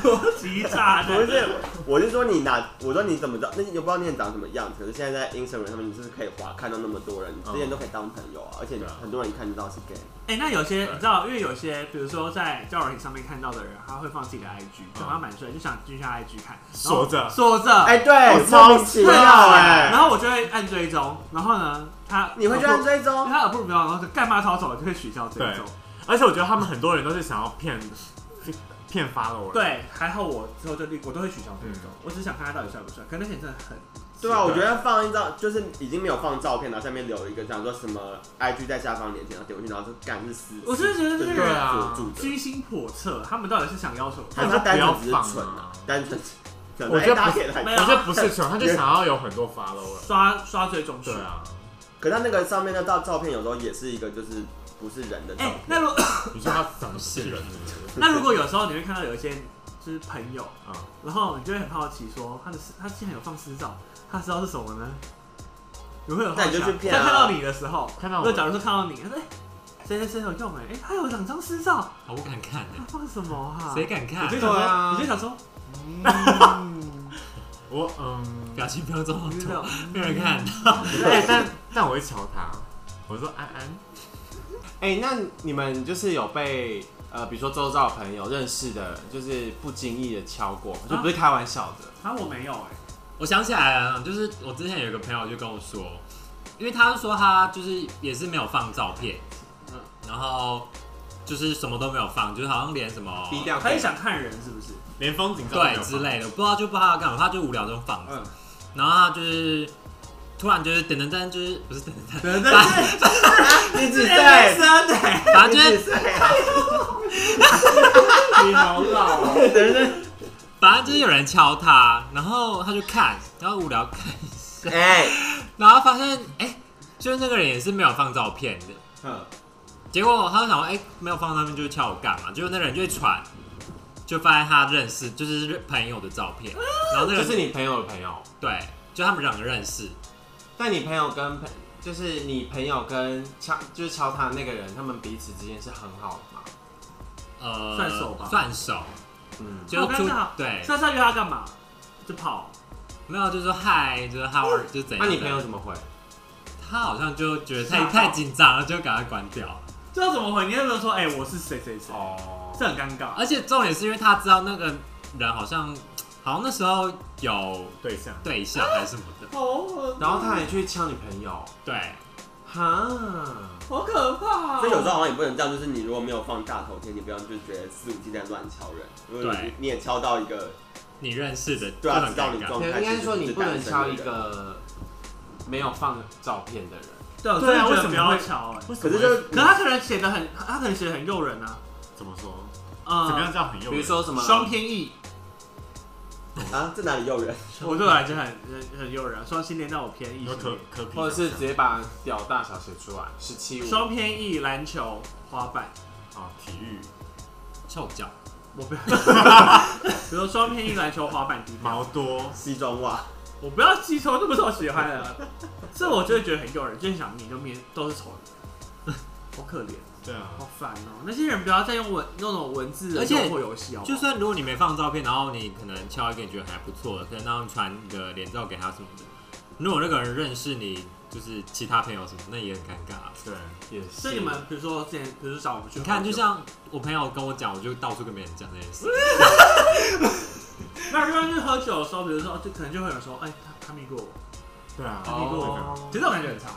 [SPEAKER 2] 逻辑炸
[SPEAKER 3] 不
[SPEAKER 2] 弹，
[SPEAKER 3] 是，我是说你哪，我说你怎么知道？那也不知道你长什么样子。可是现在在 Instagram 上面，你就是可以滑看到那么多人，你
[SPEAKER 4] 嗯
[SPEAKER 3] 之前都可以当朋友啊，而且
[SPEAKER 4] 对啊
[SPEAKER 3] 很多人一看就知道是 gay。
[SPEAKER 2] 哎，那有些
[SPEAKER 4] 对
[SPEAKER 2] 你知道，因为有些，比如说在交友软件上面看到的人，他会放自己的 IG，就好像蛮帅，就想进去他 IG 看，然后
[SPEAKER 4] 锁着
[SPEAKER 2] 锁着，
[SPEAKER 3] 嗯
[SPEAKER 2] 啊
[SPEAKER 3] 哎，对，
[SPEAKER 4] 超
[SPEAKER 3] 莫名其
[SPEAKER 4] 不
[SPEAKER 3] 妙
[SPEAKER 4] 要
[SPEAKER 3] 哎，
[SPEAKER 2] 然后我就会按追踪，然后呢，他
[SPEAKER 3] 你会去按追踪
[SPEAKER 2] 因为？他耳不不要，然后就干嘛逃走，就会取消追踪。
[SPEAKER 4] 而且我觉得他们很多人都是想要骗骗 follow 人。
[SPEAKER 2] 对，还好我之后就立，我都会取消追踪。
[SPEAKER 4] 嗯
[SPEAKER 2] 我只是想看他到底帅不帅，可能显真的很
[SPEAKER 3] 对啊，我觉得放一张就是已经没有放照片，然后下面留一个想说什么 IG 在下方链接，然后点过去，然后就干是私，
[SPEAKER 2] 我真的觉得这个
[SPEAKER 3] 对
[SPEAKER 2] 人
[SPEAKER 3] 啊，住住
[SPEAKER 2] 居心叵测，他们到底是想要什么？
[SPEAKER 3] 还是单纯只是蠢啊，单纯，
[SPEAKER 4] 我觉得
[SPEAKER 3] 哎
[SPEAKER 4] 不
[SPEAKER 3] 大家可以来
[SPEAKER 2] 没
[SPEAKER 4] 我
[SPEAKER 2] 有
[SPEAKER 4] 觉得不是穷，他就想要有很多 follow 人。
[SPEAKER 2] 刷刷追踪数
[SPEAKER 4] 对。啊，
[SPEAKER 3] 可他那个上面的照照片有时候也是一个就是不是人的照
[SPEAKER 2] 哎、
[SPEAKER 3] 片，
[SPEAKER 2] 那如
[SPEAKER 4] 你说他长得是人是不是？
[SPEAKER 2] 那如果有时候你会看到有一些就是朋友，
[SPEAKER 4] 啊，
[SPEAKER 2] 然后你就会很好奇说他的私他竟然有放私照，他私照是什么呢？你会有
[SPEAKER 3] 那你就
[SPEAKER 2] 幻想
[SPEAKER 3] 去骗啊
[SPEAKER 2] 他看到你的时候，
[SPEAKER 4] 看到我
[SPEAKER 2] 那假如说看到你，他说哎，谁谁谁有用哎、哎、他有两张私照，
[SPEAKER 1] 我不敢看
[SPEAKER 2] 啊他
[SPEAKER 1] 欸，
[SPEAKER 2] 放什么啊？
[SPEAKER 1] 谁敢看
[SPEAKER 2] 你就？想说，
[SPEAKER 5] 对啊
[SPEAKER 2] 你就想说，
[SPEAKER 4] 我嗯，
[SPEAKER 1] 表情不用这么
[SPEAKER 2] 你就
[SPEAKER 1] 多，
[SPEAKER 2] 想
[SPEAKER 1] 没有人
[SPEAKER 3] 嗯
[SPEAKER 1] 看，
[SPEAKER 4] 哎，但但我会瞧他，我说哎安安，
[SPEAKER 5] 哎、那你们就是有被呃，比如说周遭的朋友认识的，就是不经意的敲过，就不是开玩笑的。
[SPEAKER 2] 啊我没有哎、
[SPEAKER 1] 我想起来了，就是我之前有一个朋友就跟我说，因为他就说他就是也是没有放照片，
[SPEAKER 2] 嗯
[SPEAKER 1] 然后就是什么都没有放，就是好像连什么
[SPEAKER 5] 低调
[SPEAKER 2] 他 也想看人是不是？
[SPEAKER 4] 连风景照都没有
[SPEAKER 1] 对
[SPEAKER 4] 放
[SPEAKER 1] 之类的，不知道就不知道他干嘛，他就无聊就放着，
[SPEAKER 2] 嗯
[SPEAKER 1] 然后他就是突然就是噔噔噔，就是不是噔噔噔，
[SPEAKER 2] 对对对，
[SPEAKER 3] 你几岁？
[SPEAKER 2] 单身哎，
[SPEAKER 1] 反正
[SPEAKER 3] 你
[SPEAKER 1] 就
[SPEAKER 3] 几
[SPEAKER 1] 是
[SPEAKER 3] 岁？
[SPEAKER 2] 你好老哦。
[SPEAKER 3] 等等，
[SPEAKER 1] 反正就是有人敲他，然后他就看，然后无聊看一下，
[SPEAKER 3] 哎，
[SPEAKER 1] 然后发现哎、就是那个人也是没有放照片的，
[SPEAKER 5] 嗯
[SPEAKER 3] 哼
[SPEAKER 1] 结果他就想说，哎、没有放照片就是敲我干嘛？结果那人就会传，就发现他认识就是朋友的照片，然后那个
[SPEAKER 5] 就
[SPEAKER 1] 人
[SPEAKER 5] 是你朋友的朋友，
[SPEAKER 1] 对，就他们两个认识，
[SPEAKER 5] 但你朋友跟朋，就是你朋友跟敲，就是敲他的那个人，他们彼此之间是很好的嘛。
[SPEAKER 1] 呃，
[SPEAKER 2] 算熟吧
[SPEAKER 1] 算熟，
[SPEAKER 5] 嗯，
[SPEAKER 1] 就
[SPEAKER 2] 尴
[SPEAKER 1] 出
[SPEAKER 2] 尬
[SPEAKER 1] 对，
[SPEAKER 2] 莎莎约他干嘛？就跑。
[SPEAKER 1] 没有就说嗨，就是 how are，就是怎
[SPEAKER 5] 那、
[SPEAKER 1] 样的？
[SPEAKER 5] 啊你朋友怎么回？
[SPEAKER 1] 他好像就觉得
[SPEAKER 2] 吓
[SPEAKER 1] 太
[SPEAKER 2] 到
[SPEAKER 1] 太紧张了，就赶快关掉。
[SPEAKER 2] 这要怎么回？你有没有说哎、我是谁谁谁？
[SPEAKER 5] 哦，
[SPEAKER 2] 这很尴尬。
[SPEAKER 1] 而且重点是因为他知道那个人好像好像那时候有
[SPEAKER 4] 对象，
[SPEAKER 1] 对象还是什么的，
[SPEAKER 2] 哦，
[SPEAKER 5] 然后他还去敲你朋友，
[SPEAKER 1] 对，
[SPEAKER 5] 哈，
[SPEAKER 2] 好可怕、啊
[SPEAKER 3] 所以有时候好像也不能这样，就是你如果没有放大头贴，你不要就觉得肆无忌惮乱敲人。如果你
[SPEAKER 1] 对
[SPEAKER 3] 你也敲到一个，
[SPEAKER 1] 你认识的
[SPEAKER 3] 对
[SPEAKER 1] 就
[SPEAKER 3] 啊
[SPEAKER 1] 很
[SPEAKER 3] 知道
[SPEAKER 1] 尴
[SPEAKER 3] 你
[SPEAKER 1] 尬
[SPEAKER 3] 状。
[SPEAKER 5] 应该说你不能敲一个没有放照片的人。
[SPEAKER 2] 对，我真
[SPEAKER 4] 对啊
[SPEAKER 2] 的觉
[SPEAKER 4] 为什
[SPEAKER 2] 得
[SPEAKER 4] 么
[SPEAKER 2] 不要
[SPEAKER 4] 会
[SPEAKER 2] 瞧哎。
[SPEAKER 4] 为什
[SPEAKER 3] 可
[SPEAKER 4] 么
[SPEAKER 3] 是这
[SPEAKER 4] 会
[SPEAKER 2] 可他可能写的很，他可能写的很诱人啊。
[SPEAKER 4] 怎么说？
[SPEAKER 2] 嗯，
[SPEAKER 4] 怎么样叫很诱人？
[SPEAKER 5] 比如说什么
[SPEAKER 2] 双天翼，
[SPEAKER 3] 啊，这哪里诱人？
[SPEAKER 2] 我对我来讲很很很诱人啊。双性恋让我偏异
[SPEAKER 4] 有，可可比
[SPEAKER 5] 或者是直
[SPEAKER 4] 接
[SPEAKER 5] 接把屌大小写出来，十七五。
[SPEAKER 2] 双偏翼篮球滑板，
[SPEAKER 4] 啊体育
[SPEAKER 1] 臭脚，
[SPEAKER 2] 我 不要。比如说双偏翼篮球滑板低标，
[SPEAKER 4] 毛多
[SPEAKER 3] 西装袜，
[SPEAKER 2] 我不要记仇，这不是我喜欢 的。这我就会觉得很诱人，就是想你就面都是仇 人，好可怜，
[SPEAKER 4] 对啊，
[SPEAKER 2] 好烦哦。那些人不要再用文用那种文字的
[SPEAKER 1] 而且
[SPEAKER 2] 诱惑游戏哦，
[SPEAKER 1] 就算如果你没放照片，然后你可能敲一个你觉得还不错的，可能让传你的脸照给他什么的。如果那个人认识你，就是其他朋友什么，那也很尴尬。啊
[SPEAKER 3] 啊
[SPEAKER 4] 对，
[SPEAKER 5] 也
[SPEAKER 2] 所以
[SPEAKER 5] 是
[SPEAKER 2] 你们比如说之前，比如说找我们去喝
[SPEAKER 1] 你
[SPEAKER 2] 酒，
[SPEAKER 1] 看，就像我朋友跟我讲，我就到处跟别人讲这件事。
[SPEAKER 2] 那就像去喝酒的时候，比如说就可能就会有人说，哎、他他迷过我，
[SPEAKER 4] 对啊，
[SPEAKER 5] 哦
[SPEAKER 2] 其实我感觉很差，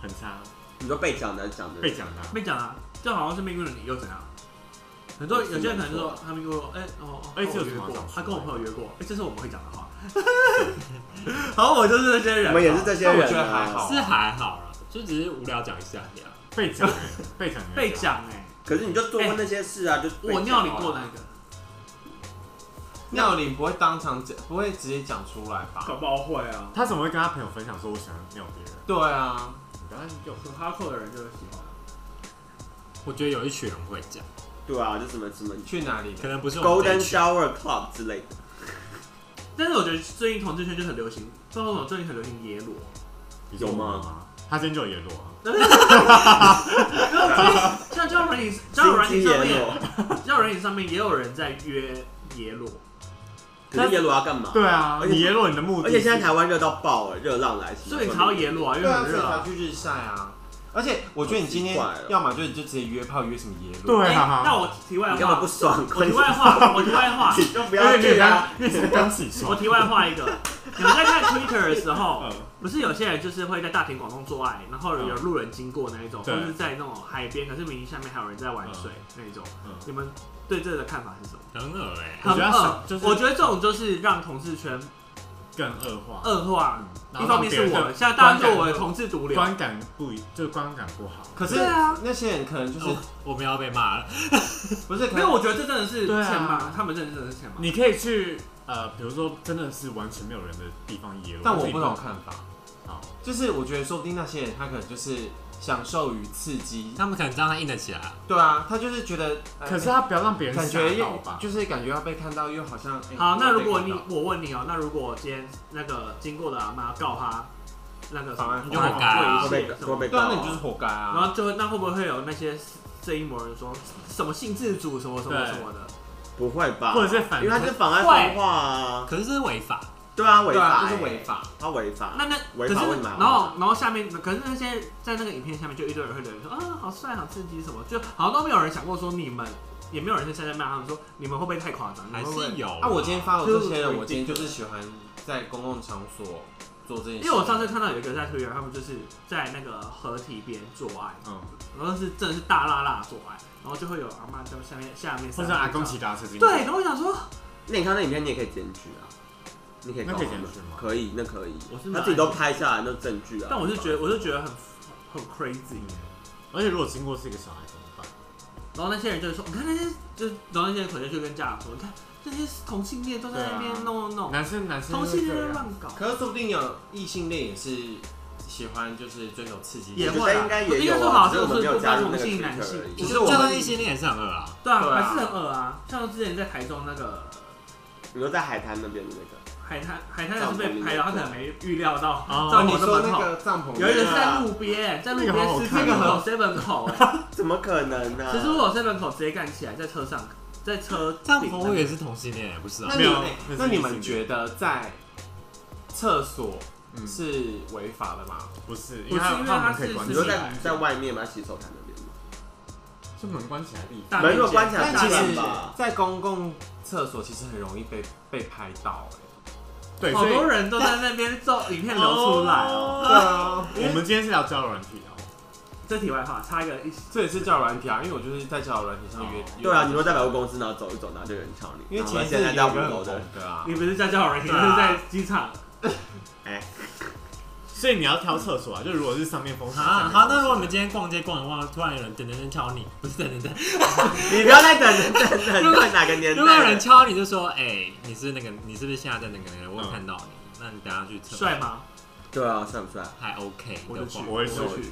[SPEAKER 4] 很差，
[SPEAKER 3] 你说被讲难讲的
[SPEAKER 4] 被
[SPEAKER 3] 人，
[SPEAKER 4] 讲的啊，
[SPEAKER 2] 被讲啊，就好像是命运的你又怎样？很多有些人可能就说他迷过我，哎、哦哦，
[SPEAKER 4] 哎
[SPEAKER 2] 跟
[SPEAKER 4] 这
[SPEAKER 2] 我
[SPEAKER 4] 有
[SPEAKER 2] 约
[SPEAKER 4] 什么好
[SPEAKER 2] 过
[SPEAKER 4] 讲，
[SPEAKER 2] 他跟我
[SPEAKER 4] 出来
[SPEAKER 2] 朋友约过，哎、这是我们会讲的话。然后我就是那些人，
[SPEAKER 3] 我们也是这些人、啊，
[SPEAKER 5] 但我觉得还好
[SPEAKER 1] 是还好
[SPEAKER 3] 啊
[SPEAKER 1] 啦，就只是无聊讲一下而已啊。
[SPEAKER 4] 被讲欸，被讲，
[SPEAKER 2] 被，讲哎、
[SPEAKER 3] 可是你就做过那些事啊，就被
[SPEAKER 2] 哎我
[SPEAKER 3] 讲
[SPEAKER 2] 尿你
[SPEAKER 3] 啊
[SPEAKER 2] 过那个，
[SPEAKER 5] 尿你不会当场讲，不会直接讲出来吧？
[SPEAKER 2] 不好会啊，
[SPEAKER 4] 他怎么会跟他朋友分享说我喜欢尿别人？
[SPEAKER 5] 对啊，
[SPEAKER 4] 你刚刚有
[SPEAKER 2] 很哈扣的人就会喜欢。
[SPEAKER 1] 我觉得有一群人会讲，
[SPEAKER 3] 对啊，就什么什么
[SPEAKER 5] 去哪里？
[SPEAKER 1] 可能不是我们这
[SPEAKER 3] Golden
[SPEAKER 1] 一群
[SPEAKER 3] Shower Club 之类的，
[SPEAKER 2] 但是我觉得最近同志圈就很流行，不知道为什么最近很流行野裸，
[SPEAKER 3] 有吗？
[SPEAKER 4] 他今天就有野裸啊，
[SPEAKER 2] 像交友软体，交友软体
[SPEAKER 3] 金鸡
[SPEAKER 2] 上
[SPEAKER 3] 野
[SPEAKER 2] 面，
[SPEAKER 3] 裸，
[SPEAKER 2] 交友软体上面也有人在约野裸，
[SPEAKER 3] 可是野裸要干嘛？
[SPEAKER 4] 对啊
[SPEAKER 3] 而，且
[SPEAKER 4] 你野裸你的目的，
[SPEAKER 3] 而且现在台湾热到爆了，热浪来袭，
[SPEAKER 2] 所以才要野裸啊，因
[SPEAKER 5] 对
[SPEAKER 2] 为
[SPEAKER 5] 啊，
[SPEAKER 2] 很
[SPEAKER 5] 所以
[SPEAKER 2] 热
[SPEAKER 5] 才
[SPEAKER 2] 啊。
[SPEAKER 5] 去日晒啊。而且我觉得你今天
[SPEAKER 3] 好奇怪哦
[SPEAKER 5] 要么就你就直接约炮约什么耶鲁，
[SPEAKER 4] 对
[SPEAKER 2] 哎
[SPEAKER 4] 啊，
[SPEAKER 2] 那我题外
[SPEAKER 3] 你干嘛
[SPEAKER 2] 话
[SPEAKER 3] 不，爽？
[SPEAKER 2] 我题外话， 我题外话，
[SPEAKER 3] 你就不
[SPEAKER 4] 因
[SPEAKER 3] 要
[SPEAKER 4] 为你
[SPEAKER 3] 去啊！
[SPEAKER 4] 刚，因为你刚起
[SPEAKER 2] 我
[SPEAKER 4] 床，
[SPEAKER 2] 题外话一个，你们在看 Twitter 的时候，
[SPEAKER 4] 嗯
[SPEAKER 2] 不是有些人就是会在大庭广众做爱，然后有路人经过那一种，或
[SPEAKER 4] 对
[SPEAKER 2] 者是在那种海边，可是明明下面还有人在玩水那一种，
[SPEAKER 4] 嗯，
[SPEAKER 2] 你们对这个的看法是什么？
[SPEAKER 1] 很恶哎、
[SPEAKER 4] 我觉
[SPEAKER 2] 很
[SPEAKER 4] 得他
[SPEAKER 2] 恶
[SPEAKER 4] 想，就是
[SPEAKER 2] 我觉得这种就是让同志圈
[SPEAKER 4] 更恶化，
[SPEAKER 2] 恶化。
[SPEAKER 4] 嗯然
[SPEAKER 2] 一
[SPEAKER 4] 后
[SPEAKER 2] 方面是
[SPEAKER 4] 让别
[SPEAKER 2] 我
[SPEAKER 4] 人
[SPEAKER 2] 们，现在大家对我
[SPEAKER 4] 观
[SPEAKER 2] 的
[SPEAKER 4] 感
[SPEAKER 2] 同志毒瘤，
[SPEAKER 4] 观感不一，就是观感不好，
[SPEAKER 5] 可是
[SPEAKER 2] 对啊
[SPEAKER 5] 那些人可能就是
[SPEAKER 1] 哦我们要被骂了。
[SPEAKER 5] 不是可
[SPEAKER 2] 没有，
[SPEAKER 5] 能
[SPEAKER 2] 我觉得这真的是
[SPEAKER 4] 啊对啊
[SPEAKER 2] 欠骂，他们认真的是欠骂。
[SPEAKER 4] 你可以去呃，比如说真的是完全没有人的地方野裸，
[SPEAKER 5] 但我不懂看法，
[SPEAKER 4] 好，
[SPEAKER 5] 就是我觉得说不定那些人他可能就是享受于刺激，
[SPEAKER 1] 他们可能这样硬得起来啊，
[SPEAKER 5] 对啊，他就是觉得，呃
[SPEAKER 4] 可是他不要让别人
[SPEAKER 5] 感
[SPEAKER 4] 吓
[SPEAKER 5] 觉
[SPEAKER 4] 到
[SPEAKER 5] 又
[SPEAKER 4] 吧，
[SPEAKER 5] 就是感觉要被看到，又好像哎
[SPEAKER 2] 好，那
[SPEAKER 5] 要被
[SPEAKER 2] 如果
[SPEAKER 5] 看
[SPEAKER 2] 你
[SPEAKER 5] 到
[SPEAKER 2] 我问你哦、那如果今天那个经过的阿妈告他那个什
[SPEAKER 5] 妨碍
[SPEAKER 2] 么，
[SPEAKER 5] 风
[SPEAKER 2] 你就会
[SPEAKER 1] 化啊
[SPEAKER 3] 会被
[SPEAKER 2] 什
[SPEAKER 3] 会
[SPEAKER 2] 么，
[SPEAKER 3] 被
[SPEAKER 5] 对啊，
[SPEAKER 3] 告
[SPEAKER 5] 那你就是活该
[SPEAKER 2] 然
[SPEAKER 5] 啊。
[SPEAKER 2] 后就会那会不会有那些这一模人说什么性自主什么什么什么的？
[SPEAKER 3] 不会吧？
[SPEAKER 4] 或者是反
[SPEAKER 3] 因为他是妨碍风化啊，
[SPEAKER 1] 可是这是违法。
[SPEAKER 3] 对啊，违
[SPEAKER 5] 对
[SPEAKER 3] 法
[SPEAKER 5] 啊，
[SPEAKER 3] 欸，
[SPEAKER 5] 就是违法。
[SPEAKER 3] 他违法。
[SPEAKER 2] 那那可
[SPEAKER 3] 违
[SPEAKER 2] 是
[SPEAKER 3] 法问嘛
[SPEAKER 2] 然后然后下面可是那些在那个影片下面就一堆人会留言说啊好帅好刺激什么，就好像都没有人想过说你们，也没有人在下面骂他们说你们会不会太夸张？你们
[SPEAKER 1] 还
[SPEAKER 2] 会不会
[SPEAKER 1] 是有啊。
[SPEAKER 5] 啊，我今天发了这些
[SPEAKER 2] 就是
[SPEAKER 5] 人，我今天就是喜欢在公共场所做这件
[SPEAKER 2] 因
[SPEAKER 5] 事。
[SPEAKER 2] 为我上次看到有一个在推特，他们就是在那个河堤边做爱，
[SPEAKER 4] 嗯，
[SPEAKER 2] 然后是真的是大辣辣做爱，然后就会有阿妈在下面下面，
[SPEAKER 4] 或者阿公骑达车经过
[SPEAKER 2] 对，，然后我想说，
[SPEAKER 3] 那你看那影片，你也可以检举啊，你可以告
[SPEAKER 4] 那可以
[SPEAKER 3] 他们
[SPEAKER 4] 检举吗
[SPEAKER 3] 可以，那可以
[SPEAKER 2] 我是。
[SPEAKER 3] 他
[SPEAKER 2] 蛮
[SPEAKER 3] 自己都拍下来，那证据啊。
[SPEAKER 2] 但我是觉得我是觉得很很 crazy，
[SPEAKER 4] 而且如果经过是一个小孩怎么办？
[SPEAKER 2] 然后那些人就说，你哦看那些就然后那些人可能就跟家长说，你看这些同性恋都在那边
[SPEAKER 4] 对啊
[SPEAKER 2] 弄弄，
[SPEAKER 4] 男生男生
[SPEAKER 2] 哦同
[SPEAKER 4] 会
[SPEAKER 2] 性恋
[SPEAKER 4] 这
[SPEAKER 2] 在
[SPEAKER 4] 样
[SPEAKER 2] 乱搞，
[SPEAKER 5] 可是说不定有异性恋也是喜欢，就是追求刺激。
[SPEAKER 2] 也
[SPEAKER 3] 我觉
[SPEAKER 2] 会
[SPEAKER 3] 得
[SPEAKER 2] 啊
[SPEAKER 3] 应该也
[SPEAKER 2] 应该
[SPEAKER 3] 有
[SPEAKER 2] 说好
[SPEAKER 3] 啊，
[SPEAKER 2] 像
[SPEAKER 3] 只是我们没有加入那个
[SPEAKER 2] 同性男
[SPEAKER 3] Twitter
[SPEAKER 2] 性
[SPEAKER 3] 而已
[SPEAKER 5] 其
[SPEAKER 1] 就
[SPEAKER 5] 实
[SPEAKER 1] 是
[SPEAKER 5] 我们
[SPEAKER 1] 异性恋也是很恶啊。
[SPEAKER 2] 对啊，
[SPEAKER 5] 对啊
[SPEAKER 2] 还是很恶啊，像之前在台中那个。
[SPEAKER 3] 你说在海滩那边的那个，
[SPEAKER 2] 海滩海滩也是被拍到，他可能没预料到
[SPEAKER 4] 哦
[SPEAKER 2] 帐
[SPEAKER 5] 哦，你
[SPEAKER 2] 篷这么
[SPEAKER 5] 说
[SPEAKER 2] 痛
[SPEAKER 5] 那。个帐篷，
[SPEAKER 2] 有一个是在路边，在路
[SPEAKER 4] 那个
[SPEAKER 2] 边
[SPEAKER 4] 好好
[SPEAKER 2] 十字
[SPEAKER 4] 看
[SPEAKER 2] 路
[SPEAKER 4] 哦
[SPEAKER 2] 口 seven 口， 哎，
[SPEAKER 3] 怎么可能啊呢？
[SPEAKER 2] 十字路口 seven 口直接干起来，在车上，在车
[SPEAKER 1] 这样
[SPEAKER 2] 顶上
[SPEAKER 1] 我也是同性恋，不是啊
[SPEAKER 5] 那？
[SPEAKER 4] 没
[SPEAKER 5] 你
[SPEAKER 4] 有
[SPEAKER 5] 哎
[SPEAKER 4] 那是
[SPEAKER 5] 那你
[SPEAKER 4] 异性
[SPEAKER 5] 们
[SPEAKER 4] 恋
[SPEAKER 5] 觉得在厕所
[SPEAKER 4] 嗯，
[SPEAKER 5] 是违法的吗？
[SPEAKER 4] 不是，因
[SPEAKER 2] 不是
[SPEAKER 4] 为他
[SPEAKER 2] 因为
[SPEAKER 4] 他
[SPEAKER 2] 他
[SPEAKER 4] 门可以
[SPEAKER 2] 是
[SPEAKER 4] 关
[SPEAKER 3] 你
[SPEAKER 2] 是
[SPEAKER 4] 起
[SPEAKER 3] 说
[SPEAKER 2] 自己
[SPEAKER 4] 来
[SPEAKER 3] 在，在外面吗？洗手台那边吗？
[SPEAKER 4] 是门关起来的地方。
[SPEAKER 2] 大
[SPEAKER 3] 门如
[SPEAKER 2] 便
[SPEAKER 3] 果关
[SPEAKER 2] 间
[SPEAKER 3] 起来
[SPEAKER 5] 但
[SPEAKER 3] 大
[SPEAKER 5] 其
[SPEAKER 3] 便
[SPEAKER 5] 实
[SPEAKER 3] 吧，
[SPEAKER 5] 在公共厕所其实很容易被被拍到。欸
[SPEAKER 4] 对，
[SPEAKER 2] 好
[SPEAKER 4] 所以
[SPEAKER 2] 多人都在那边照影片流出来哦。
[SPEAKER 5] 哎对啊，
[SPEAKER 4] 我们今天是聊交友软体哦。
[SPEAKER 2] 这题外话，插一个一起，
[SPEAKER 5] 这也是叫软体啊，因为我就是在叫软体上约。约
[SPEAKER 3] 对啊，你说在百货公司，然后走一走，然后就有人敲
[SPEAKER 5] 因
[SPEAKER 3] 你。
[SPEAKER 5] 为
[SPEAKER 3] 然后
[SPEAKER 5] 前一
[SPEAKER 3] 现
[SPEAKER 5] 阵
[SPEAKER 3] 在
[SPEAKER 5] 子
[SPEAKER 3] 在
[SPEAKER 5] 有
[SPEAKER 3] 五
[SPEAKER 5] 一个
[SPEAKER 3] 楼
[SPEAKER 5] 很
[SPEAKER 3] 的
[SPEAKER 5] 红，的啊，
[SPEAKER 2] 你不是在交友软件，
[SPEAKER 1] 对啊
[SPEAKER 2] 是在机场。
[SPEAKER 3] 哎，
[SPEAKER 4] 所以你要挑厕所啊，就如果是上面封锁，
[SPEAKER 1] 啊，好，那如果你们今天逛街逛一逛，突然有人等等等敲你，不是等等等，
[SPEAKER 3] 你不要再等等等等，到哪个年代？
[SPEAKER 1] 如果有人敲你就说，哎、你是那个，你是不是现在在那个那个？我有看到你，那你等下去测，
[SPEAKER 2] 帅吗？
[SPEAKER 3] 对啊，帅不帅？
[SPEAKER 1] 还 OK
[SPEAKER 2] 我
[SPEAKER 1] 的
[SPEAKER 2] 就去
[SPEAKER 1] 话，
[SPEAKER 4] 我会去
[SPEAKER 2] 我会去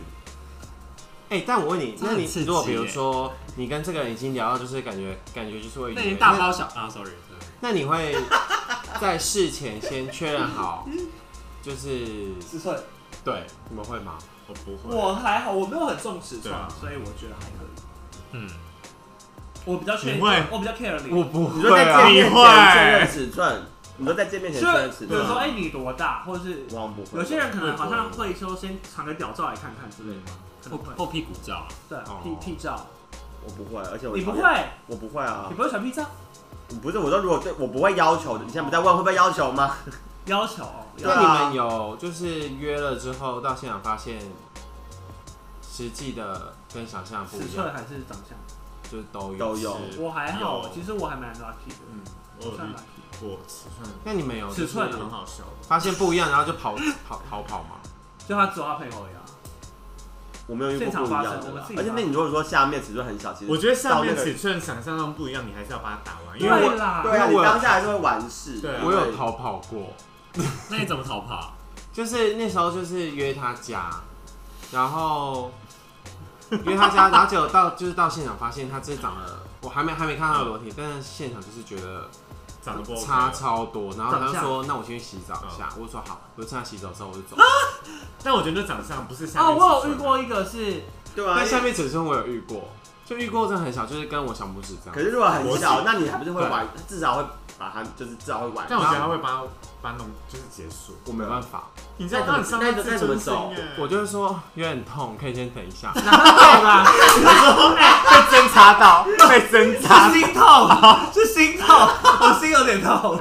[SPEAKER 5] 哎、但我问你，
[SPEAKER 1] 这
[SPEAKER 5] 那
[SPEAKER 1] 很
[SPEAKER 5] 你
[SPEAKER 1] 刺激
[SPEAKER 5] 如果比如
[SPEAKER 1] 耶
[SPEAKER 5] 说你跟这个人已经聊到，就是感觉感觉就是会
[SPEAKER 1] 那
[SPEAKER 5] 以为
[SPEAKER 1] 你大
[SPEAKER 5] 那
[SPEAKER 1] 包小啊，sorry，
[SPEAKER 5] 那你会在事前先确认好，就是
[SPEAKER 2] 是帅。
[SPEAKER 5] 对，你们会吗？
[SPEAKER 4] 我不会。
[SPEAKER 2] 我还好，我没有很重尺
[SPEAKER 4] 对
[SPEAKER 2] 寸
[SPEAKER 4] 啊，
[SPEAKER 2] 所以我觉得还可以。
[SPEAKER 1] 嗯，
[SPEAKER 2] 我比较 care，
[SPEAKER 4] 你会
[SPEAKER 2] 我比较 care 你。
[SPEAKER 5] 我不
[SPEAKER 3] 你说
[SPEAKER 5] 会
[SPEAKER 3] 在
[SPEAKER 5] 啊
[SPEAKER 3] 见，
[SPEAKER 4] 你
[SPEAKER 3] 面
[SPEAKER 4] 会
[SPEAKER 3] 前确认尺寸，你说在见面前
[SPEAKER 2] 就
[SPEAKER 3] 确认
[SPEAKER 2] 是
[SPEAKER 3] 尺
[SPEAKER 2] 比如
[SPEAKER 3] 寸
[SPEAKER 2] 说，
[SPEAKER 3] 吗，
[SPEAKER 2] 哎，你多大？或者是
[SPEAKER 3] 我好像不会。
[SPEAKER 2] 有些人可能好像会说先传个屌照来看看之类的，可
[SPEAKER 1] 后
[SPEAKER 2] 能会。
[SPEAKER 1] 后屁股照啊，
[SPEAKER 2] 对
[SPEAKER 5] 哦，
[SPEAKER 2] 屁屁照，
[SPEAKER 3] 我不会，而且我
[SPEAKER 2] 你不
[SPEAKER 3] 讨
[SPEAKER 2] 会
[SPEAKER 3] 厌，，我不会啊
[SPEAKER 2] 你，不会传屁照？
[SPEAKER 3] 不是我说，如果对我不会要求的，你现在不在问会不会要求吗？
[SPEAKER 2] 要求哦，
[SPEAKER 3] 对
[SPEAKER 5] 那
[SPEAKER 3] 啊
[SPEAKER 5] 你们有就是约了之后到现场发现实际的跟想象不
[SPEAKER 2] 尺
[SPEAKER 5] 一
[SPEAKER 2] 寸
[SPEAKER 5] 样，
[SPEAKER 2] 还是长相？
[SPEAKER 5] 就是都有
[SPEAKER 3] 都有
[SPEAKER 5] 是
[SPEAKER 2] 我还好，
[SPEAKER 4] 有
[SPEAKER 2] 其实我还蛮 lucky 的，
[SPEAKER 4] 嗯，我有
[SPEAKER 2] 算
[SPEAKER 4] 遇
[SPEAKER 2] lucky。
[SPEAKER 4] 过尺寸，啊
[SPEAKER 5] 那你们有就是
[SPEAKER 2] 尺寸
[SPEAKER 4] 很好笑的。
[SPEAKER 5] 发现不一样，然后就跑跑逃跑吗？
[SPEAKER 2] 就他抓配合啊呀，
[SPEAKER 3] 我没有遇过
[SPEAKER 2] 现
[SPEAKER 3] 不
[SPEAKER 2] 场
[SPEAKER 3] 一
[SPEAKER 2] 发
[SPEAKER 3] 样
[SPEAKER 2] 生
[SPEAKER 3] 的
[SPEAKER 2] 我们
[SPEAKER 3] 啦
[SPEAKER 2] 自，己
[SPEAKER 3] 而且
[SPEAKER 2] 发
[SPEAKER 3] 那
[SPEAKER 2] 生
[SPEAKER 3] 你如果说下面尺寸很小，其实
[SPEAKER 4] 我觉得上面
[SPEAKER 3] 到那个
[SPEAKER 4] 尺寸想象中不一样，你还是要把它打完，因为
[SPEAKER 2] 对
[SPEAKER 4] 我
[SPEAKER 2] 啦，
[SPEAKER 3] 对啊，
[SPEAKER 5] 因为
[SPEAKER 3] 你
[SPEAKER 5] 我有
[SPEAKER 3] 当下还是会完事。
[SPEAKER 4] 对啊
[SPEAKER 5] 我有逃跑过，
[SPEAKER 1] 那你怎么逃跑啊？
[SPEAKER 5] 就是那时候就是约他家，然后约他家，然后结果到就是到现场发现他真的长得，我还没还没看到他的裸体，但是现场就是觉得
[SPEAKER 4] 长得不 OK
[SPEAKER 5] 差超多，然后他就
[SPEAKER 2] 长相
[SPEAKER 5] 说那我先去洗澡一下，我就说好，我就趁他洗澡的时候我就走。
[SPEAKER 4] 但我觉得长相不是下
[SPEAKER 2] 哦，
[SPEAKER 4] 面尺寸啊。
[SPEAKER 2] 我有遇过一个是，
[SPEAKER 3] 对啊，
[SPEAKER 5] 但下
[SPEAKER 3] 因为
[SPEAKER 5] 面尺寸我有遇过，就遇过真的很小，就是跟我小拇指这
[SPEAKER 3] 可
[SPEAKER 5] 样。
[SPEAKER 3] 是如果很
[SPEAKER 4] 我
[SPEAKER 3] 小，
[SPEAKER 4] 是
[SPEAKER 3] 那你还不是会玩，至少会把它就是至少会玩。
[SPEAKER 4] 但我觉得他会把把它弄就是结束。
[SPEAKER 5] 我没办法，
[SPEAKER 4] 你知道那你上面
[SPEAKER 3] 那那怎么走
[SPEAKER 5] 我就是说有点痛，可以先等一下。
[SPEAKER 2] 对吧？
[SPEAKER 4] 被侦查到，被侦查。
[SPEAKER 2] 是心痛，是心痛，我心有点痛。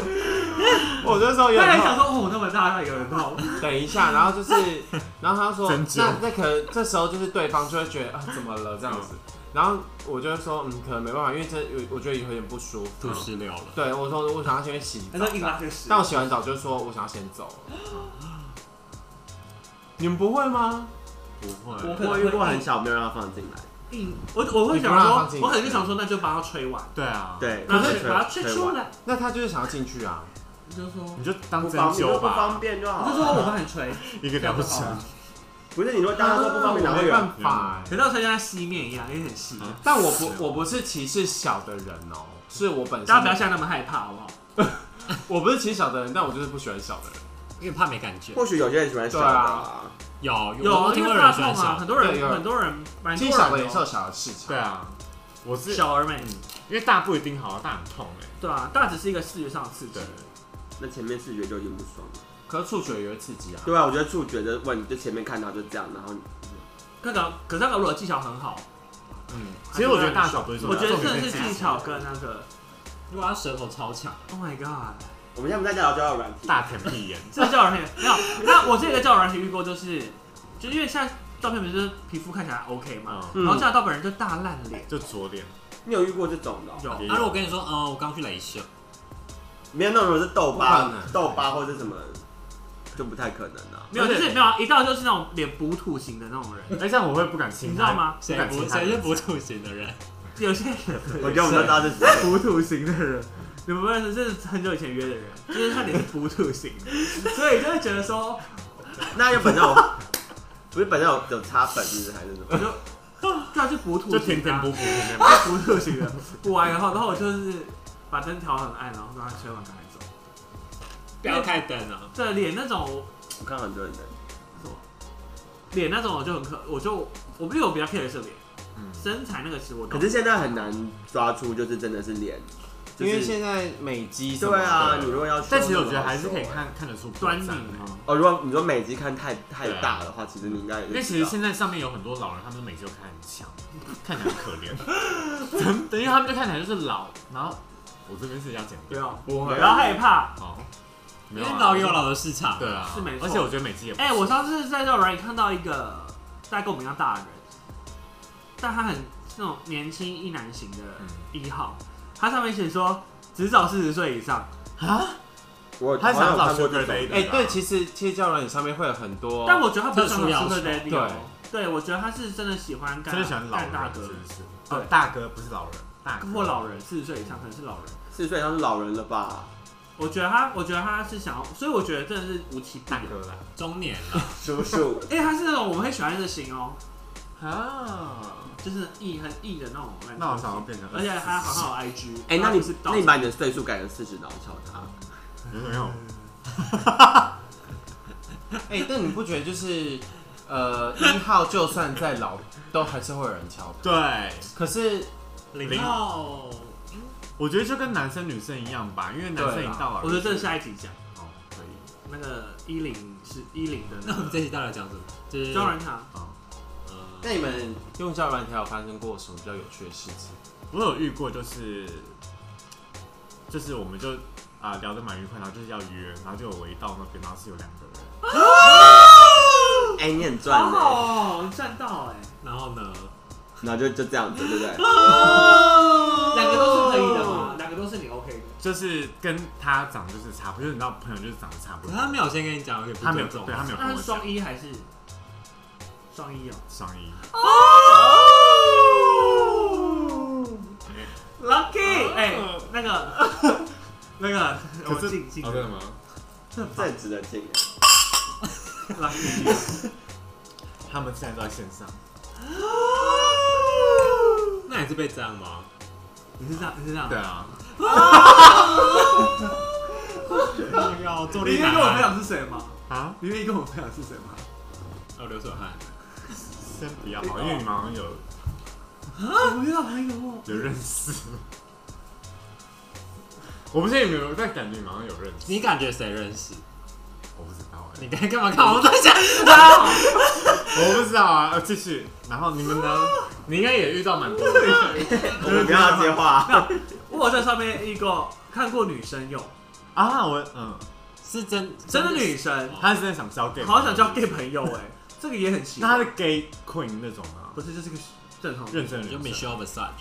[SPEAKER 5] 我就说有
[SPEAKER 2] 他
[SPEAKER 5] 点
[SPEAKER 2] 还
[SPEAKER 5] 痛
[SPEAKER 2] 想，说，哦，那么大，那有人痛，
[SPEAKER 5] 等一下，然后就是，然后他说，
[SPEAKER 4] 针灸
[SPEAKER 5] 那那可能这时候就是对方就会觉得啊怎么了这样子，然后我就会说嗯可能没办法，因为这我我觉得有点不舒服
[SPEAKER 1] 吐。石流了，
[SPEAKER 5] 对，我说我想要先去洗
[SPEAKER 2] 他
[SPEAKER 5] 澡
[SPEAKER 2] 说，硬拉这个屎
[SPEAKER 5] 但。我洗完澡就说我想要先走了。你们不会吗？
[SPEAKER 4] 不
[SPEAKER 2] 我
[SPEAKER 4] 会，
[SPEAKER 2] 可
[SPEAKER 3] 我
[SPEAKER 2] 能
[SPEAKER 3] 遇过
[SPEAKER 2] 会
[SPEAKER 3] 很
[SPEAKER 2] 硬
[SPEAKER 3] 小，没有让它放进来。
[SPEAKER 2] 硬，我我会
[SPEAKER 5] 你不
[SPEAKER 2] 想
[SPEAKER 5] 让他放
[SPEAKER 2] 说
[SPEAKER 5] 进，
[SPEAKER 2] 我可能
[SPEAKER 5] 去
[SPEAKER 2] 就想说，那就帮他吹完，
[SPEAKER 4] 对啊，，
[SPEAKER 3] 对，
[SPEAKER 2] 然后
[SPEAKER 3] 可以
[SPEAKER 2] 就把它吹
[SPEAKER 3] 可以
[SPEAKER 2] 出
[SPEAKER 3] 玩
[SPEAKER 2] 来，
[SPEAKER 5] 那他就是想要进去啊，
[SPEAKER 2] 你 就说，
[SPEAKER 4] 你就当
[SPEAKER 3] 不
[SPEAKER 4] 针
[SPEAKER 3] 方便，
[SPEAKER 4] 灸
[SPEAKER 3] 不方
[SPEAKER 4] 吧，
[SPEAKER 3] 便就好
[SPEAKER 2] 你就
[SPEAKER 3] 了。
[SPEAKER 2] 说我帮 你吹，
[SPEAKER 4] 一
[SPEAKER 2] 这
[SPEAKER 4] 个疗
[SPEAKER 2] 样就好
[SPEAKER 4] 程
[SPEAKER 2] 了。。
[SPEAKER 3] 不是你说当他说不方便，哪
[SPEAKER 5] 我
[SPEAKER 3] 会
[SPEAKER 5] 没
[SPEAKER 3] 有人？
[SPEAKER 5] 办法、
[SPEAKER 2] 可是
[SPEAKER 5] 欸。
[SPEAKER 2] 要吹像吸面一样，有点细。
[SPEAKER 5] 但我不我不是歧视小的人哦、是我本
[SPEAKER 2] 大家不要
[SPEAKER 5] 身
[SPEAKER 2] 像那么害怕，好不好？
[SPEAKER 5] 我不是歧视小的人，但我就是不喜欢小的人。
[SPEAKER 1] 因为怕没感觉。
[SPEAKER 3] 或许有些人喜欢小的啊，
[SPEAKER 1] 有我
[SPEAKER 2] 有，
[SPEAKER 1] 听
[SPEAKER 2] 因
[SPEAKER 1] 过
[SPEAKER 2] 为
[SPEAKER 1] 有
[SPEAKER 2] 大
[SPEAKER 1] 人喜
[SPEAKER 2] 众
[SPEAKER 1] 欢
[SPEAKER 2] 啊，
[SPEAKER 1] 小
[SPEAKER 2] 很，多
[SPEAKER 5] 对有
[SPEAKER 2] 人
[SPEAKER 5] 人
[SPEAKER 2] 很多人，哦蛮
[SPEAKER 5] 其
[SPEAKER 2] 多
[SPEAKER 5] 实小的
[SPEAKER 2] 人
[SPEAKER 5] 也是有小的市场。
[SPEAKER 4] 对啊，我是
[SPEAKER 2] 小而美，
[SPEAKER 4] 因为大不一定好，大很痛哎。
[SPEAKER 2] 对啊，大只是一个视觉上的刺激
[SPEAKER 4] 对，，
[SPEAKER 3] 那前面视觉就已经不爽了。
[SPEAKER 5] 可是触觉也会刺激啊。
[SPEAKER 3] 对啊，我觉得触觉的问题就前面看到就这样，然后
[SPEAKER 2] 那个可是那个如果技巧很好，
[SPEAKER 4] 嗯，其实我觉得大小不是重
[SPEAKER 2] 我
[SPEAKER 4] 要，
[SPEAKER 2] 觉得
[SPEAKER 4] 啊重点
[SPEAKER 2] 真的是技
[SPEAKER 4] 技
[SPEAKER 2] 巧跟那个
[SPEAKER 1] 如果他舌头超强，
[SPEAKER 2] ，Oh my god，
[SPEAKER 3] 我们现在不在聊交友软体，
[SPEAKER 4] 大舔屁眼，
[SPEAKER 2] 这个交友软件没有。那我这个交友软件遇过，就是就因为现在照片不是皮肤看起来还 OK 嘛，
[SPEAKER 4] 嗯，
[SPEAKER 3] 嗯
[SPEAKER 2] 然后现在到本人就大烂脸，
[SPEAKER 4] 就左脸
[SPEAKER 3] 你有遇过这种的哦？
[SPEAKER 2] 有
[SPEAKER 4] 也
[SPEAKER 1] 那、如果
[SPEAKER 4] 有。
[SPEAKER 1] 跟你说，嗯，我刚去镭射，
[SPEAKER 3] 没有那种是痘
[SPEAKER 5] 不
[SPEAKER 3] 疤
[SPEAKER 5] 可、能
[SPEAKER 3] 痘疤或者什么，就不太可能啊。
[SPEAKER 2] 没有？
[SPEAKER 4] 而
[SPEAKER 2] 就
[SPEAKER 4] 且
[SPEAKER 2] 是没有啊一到就是那种脸补土型的那种人，
[SPEAKER 4] 哎，这样我会不敢亲他，
[SPEAKER 2] 你知道吗
[SPEAKER 4] 不
[SPEAKER 1] 谁
[SPEAKER 4] 敢
[SPEAKER 1] 不
[SPEAKER 4] 亲他
[SPEAKER 1] 谁是不吐型的人？
[SPEAKER 2] 有些人
[SPEAKER 3] 我觉得我们都知道这是 谁。
[SPEAKER 2] 补土型的人，你们不认识，这是很久以前约的人，就是他脸是补土型的，所以就会觉得说，
[SPEAKER 3] 那就本身我不是本身有有擦粉是不是还是什
[SPEAKER 2] 我
[SPEAKER 3] 么？
[SPEAKER 2] 就对啊， 就补土
[SPEAKER 4] 就
[SPEAKER 2] 型
[SPEAKER 4] 舔
[SPEAKER 2] 的
[SPEAKER 4] 舔
[SPEAKER 2] 啊
[SPEAKER 4] 补，补，舔舔补
[SPEAKER 2] 补
[SPEAKER 4] 补。
[SPEAKER 2] 土型的，补完然后，然后我就是把灯调很暗，然后让他吹完赶快走。
[SPEAKER 1] 不要开灯啊！
[SPEAKER 2] 对，脸那种我
[SPEAKER 3] 我看很多人的，
[SPEAKER 4] 哦
[SPEAKER 2] 脸那种我就很可，我就我不因为我比较 care 的是脸，
[SPEAKER 4] 嗯
[SPEAKER 2] 身材那个其实我
[SPEAKER 3] 可是现在很难抓出就是真的是脸，就
[SPEAKER 5] 因为
[SPEAKER 3] 是
[SPEAKER 5] 现在美肌什么
[SPEAKER 3] 对
[SPEAKER 5] 的
[SPEAKER 3] 啊，你如果要修，
[SPEAKER 4] 但其实我觉得还是可以看看得出破
[SPEAKER 2] 端
[SPEAKER 4] 绽
[SPEAKER 2] 倪
[SPEAKER 4] 的啊
[SPEAKER 2] 嘛
[SPEAKER 3] 哦。如果你说美肌看太太大的话，其实你应该也
[SPEAKER 4] 啊因为
[SPEAKER 3] 是
[SPEAKER 4] 其
[SPEAKER 3] 知
[SPEAKER 4] 实
[SPEAKER 3] 道。
[SPEAKER 4] 现在上面有很多老人，他们每次都看很强，看起来很可怜，真的，因为他们就看起来就是老。然后我这边是要剪
[SPEAKER 2] 不
[SPEAKER 4] 掉，
[SPEAKER 2] 要
[SPEAKER 3] 啊
[SPEAKER 5] 不
[SPEAKER 2] 不
[SPEAKER 5] 会，
[SPEAKER 2] 要害怕。
[SPEAKER 4] 好，没
[SPEAKER 1] 因
[SPEAKER 4] 有
[SPEAKER 1] 为
[SPEAKER 4] 啊
[SPEAKER 1] 老也有老的市场，
[SPEAKER 4] 对，啊，
[SPEAKER 2] 是没错
[SPEAKER 4] 而且我觉得每次也不
[SPEAKER 2] 哎、
[SPEAKER 4] 是
[SPEAKER 2] 我上次在这软里看到一个大概跟我们一样大的人，但他很那种年轻一男型的
[SPEAKER 4] 嗯
[SPEAKER 2] 一号，他上面写说只找四十岁以上，
[SPEAKER 4] 啊，
[SPEAKER 3] 我
[SPEAKER 4] 他想找
[SPEAKER 3] 好像有看过
[SPEAKER 4] Sugar
[SPEAKER 3] 这种
[SPEAKER 4] Daddy
[SPEAKER 5] 哎、
[SPEAKER 4] 吧
[SPEAKER 5] 对，其实其实交友软件上面会有很
[SPEAKER 4] 哦
[SPEAKER 5] 多，
[SPEAKER 2] 但我觉得他不是
[SPEAKER 1] 特
[SPEAKER 2] 想
[SPEAKER 1] 殊要
[SPEAKER 2] 当
[SPEAKER 1] 求
[SPEAKER 2] Sugar Daddy，哦对我觉得他是真的喜欢干
[SPEAKER 4] 真的喜欢老
[SPEAKER 2] 干
[SPEAKER 4] 人，
[SPEAKER 2] 大
[SPEAKER 4] 真
[SPEAKER 2] 哥
[SPEAKER 4] 的是
[SPEAKER 2] 对
[SPEAKER 4] 哦大哥不是老人，大哥
[SPEAKER 2] 或老人，四十岁以上可能是老人。
[SPEAKER 3] 四岁他是老人了吧？
[SPEAKER 2] 我觉得他，我觉得他是想要，所以我觉得真的是无奇不
[SPEAKER 4] 大
[SPEAKER 2] 有。
[SPEAKER 4] 哥啦
[SPEAKER 1] 中年了，
[SPEAKER 3] 叔叔，
[SPEAKER 2] 哎、他是那种我们会喜欢的型哦，
[SPEAKER 4] 啊，
[SPEAKER 2] 就是硬很硬的那种篮球型。
[SPEAKER 4] 那我想要变成，
[SPEAKER 2] 而且他好像有 IG，
[SPEAKER 3] 哎、那 你
[SPEAKER 2] 是
[SPEAKER 3] 那你把你的岁数改成四十，然后敲他。
[SPEAKER 4] 没有，
[SPEAKER 5] 哎、但你不觉得就是呃一号就算再老，都还是会有人敲的。
[SPEAKER 4] 对，
[SPEAKER 5] 可是
[SPEAKER 1] 零号
[SPEAKER 4] 我觉得就跟男生女生一样吧，因为男生
[SPEAKER 5] 对
[SPEAKER 4] 已
[SPEAKER 5] 啦
[SPEAKER 4] 经到老人，
[SPEAKER 2] 我觉得这下一集讲
[SPEAKER 4] 哦可以，
[SPEAKER 2] 那个一零是一零的
[SPEAKER 1] 那
[SPEAKER 2] 那
[SPEAKER 1] 我们这期到底要讲什么？就是
[SPEAKER 2] 个交人卡，
[SPEAKER 1] 呃，
[SPEAKER 5] 那你们用交友软件有发生过什么比较有趣的事情？
[SPEAKER 4] 我有遇过，就是就是我们就啊、聊得蛮愉快，然后就是要约，然后就我一到那边，然后是有两个人，
[SPEAKER 3] 哎、你很
[SPEAKER 2] 好
[SPEAKER 3] 赚哎、
[SPEAKER 2] 好哦，赚到哎、
[SPEAKER 1] 然后呢？
[SPEAKER 3] 然后就就这样子，对不对？
[SPEAKER 2] 两个都是可以的嘛，两个都是你 OK 的。
[SPEAKER 4] 就是跟他长得就是差不多，就是你知道朋友就是长得差
[SPEAKER 1] 可
[SPEAKER 4] 不多，
[SPEAKER 1] 是他没有先跟你讲，有点
[SPEAKER 4] 他
[SPEAKER 1] 不
[SPEAKER 4] 没有
[SPEAKER 1] 尊重啊
[SPEAKER 4] 对他没有跟
[SPEAKER 2] 那
[SPEAKER 4] 我
[SPEAKER 2] 是
[SPEAKER 4] 讲
[SPEAKER 2] 双一还是双一哦？
[SPEAKER 4] 双一，
[SPEAKER 2] 哦，lucky，哎、那个 那个，我
[SPEAKER 4] 可是
[SPEAKER 2] 静静
[SPEAKER 4] 哦真的吗？
[SPEAKER 3] 这值得敬。
[SPEAKER 2] ，lucky，
[SPEAKER 4] 他们现在都在线上，
[SPEAKER 1] 那你是被这样吗？
[SPEAKER 2] 你是这样，你是这样
[SPEAKER 4] 对，啊，
[SPEAKER 2] 哦
[SPEAKER 1] 哎呦，坐
[SPEAKER 2] 你
[SPEAKER 1] 立
[SPEAKER 2] 愿
[SPEAKER 1] 难
[SPEAKER 2] 意跟我分
[SPEAKER 1] 安。
[SPEAKER 2] 享是谁吗？
[SPEAKER 4] 啊，
[SPEAKER 2] 你愿意跟我分享是谁吗？
[SPEAKER 1] 哦，流手汗。
[SPEAKER 4] 先不要好，因为你们好像有
[SPEAKER 2] 啊，我遇到朋友哦，
[SPEAKER 4] 有认识。我不知道有没有，但感觉你们好像有认识，
[SPEAKER 1] 你感觉谁认识？
[SPEAKER 4] 我不知道哎、
[SPEAKER 1] 你该干嘛看我在想？
[SPEAKER 4] 我不知道啊，呃继续。然后你们呢？你应该也遇到蛮多的，
[SPEAKER 3] 我们不要接话。
[SPEAKER 2] 我有在上面遇过，看过女生用，
[SPEAKER 4] 啊。我嗯，
[SPEAKER 1] 是真
[SPEAKER 2] 真的女生，
[SPEAKER 4] 他是真的想交 gay，
[SPEAKER 2] 好想交 gay 朋友哎，这个也很奇
[SPEAKER 4] 那他
[SPEAKER 2] 怪，
[SPEAKER 4] 是 gay queen 那种啊，
[SPEAKER 2] 不是就是个正常
[SPEAKER 4] 认真的
[SPEAKER 1] 就
[SPEAKER 4] 女生。
[SPEAKER 1] Michelle Visage，啊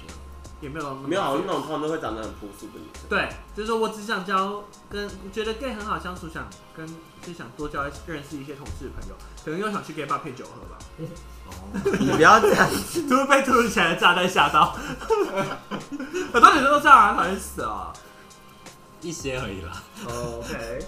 [SPEAKER 2] 也没有那么
[SPEAKER 3] 没有，我是那种通常都会长得很朴素的女生。
[SPEAKER 2] 对，就是说我只想交跟觉得 gay 很好相处，想跟就想多交认识一些同事朋友，可能又想去 gay bar 配酒喝吧，
[SPEAKER 4] 哦，
[SPEAKER 3] 你不要这样。
[SPEAKER 2] 突然被突如其来的炸弹吓到， 很多女生都这样啊，讨厌死了。
[SPEAKER 1] 一些而已啦。
[SPEAKER 2] OK，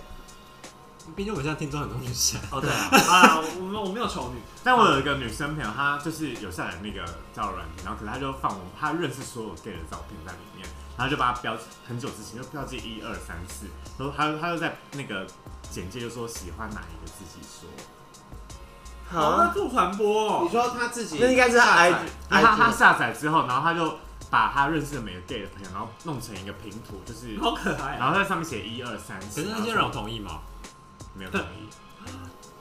[SPEAKER 1] 毕竟我们现在听众很多女生，
[SPEAKER 2] 哦对啊，啊我们我没有丑女，
[SPEAKER 4] 但我有一个女生朋友，她就是有下载那个交友软件，然后可能她就放我她认识所有 gay 的照片在里面，然后就把它标记很久之前就标记一二三四，然后她就她就在那个简介就说喜欢哪一个自己说，
[SPEAKER 2] 好那
[SPEAKER 3] 好，
[SPEAKER 2] 做传播哦，
[SPEAKER 5] 你说他自己
[SPEAKER 3] 那应该是他 I
[SPEAKER 4] 然后她她
[SPEAKER 3] I
[SPEAKER 4] 下载之后，然后她就把她认识的每个 gay 的朋友，然后弄成一个拼图，就是
[SPEAKER 2] 好可爱啊，
[SPEAKER 4] 然后在上面写一二三
[SPEAKER 1] 哦可
[SPEAKER 4] 四，
[SPEAKER 1] 是那些人有同意吗？
[SPEAKER 4] 没有同意，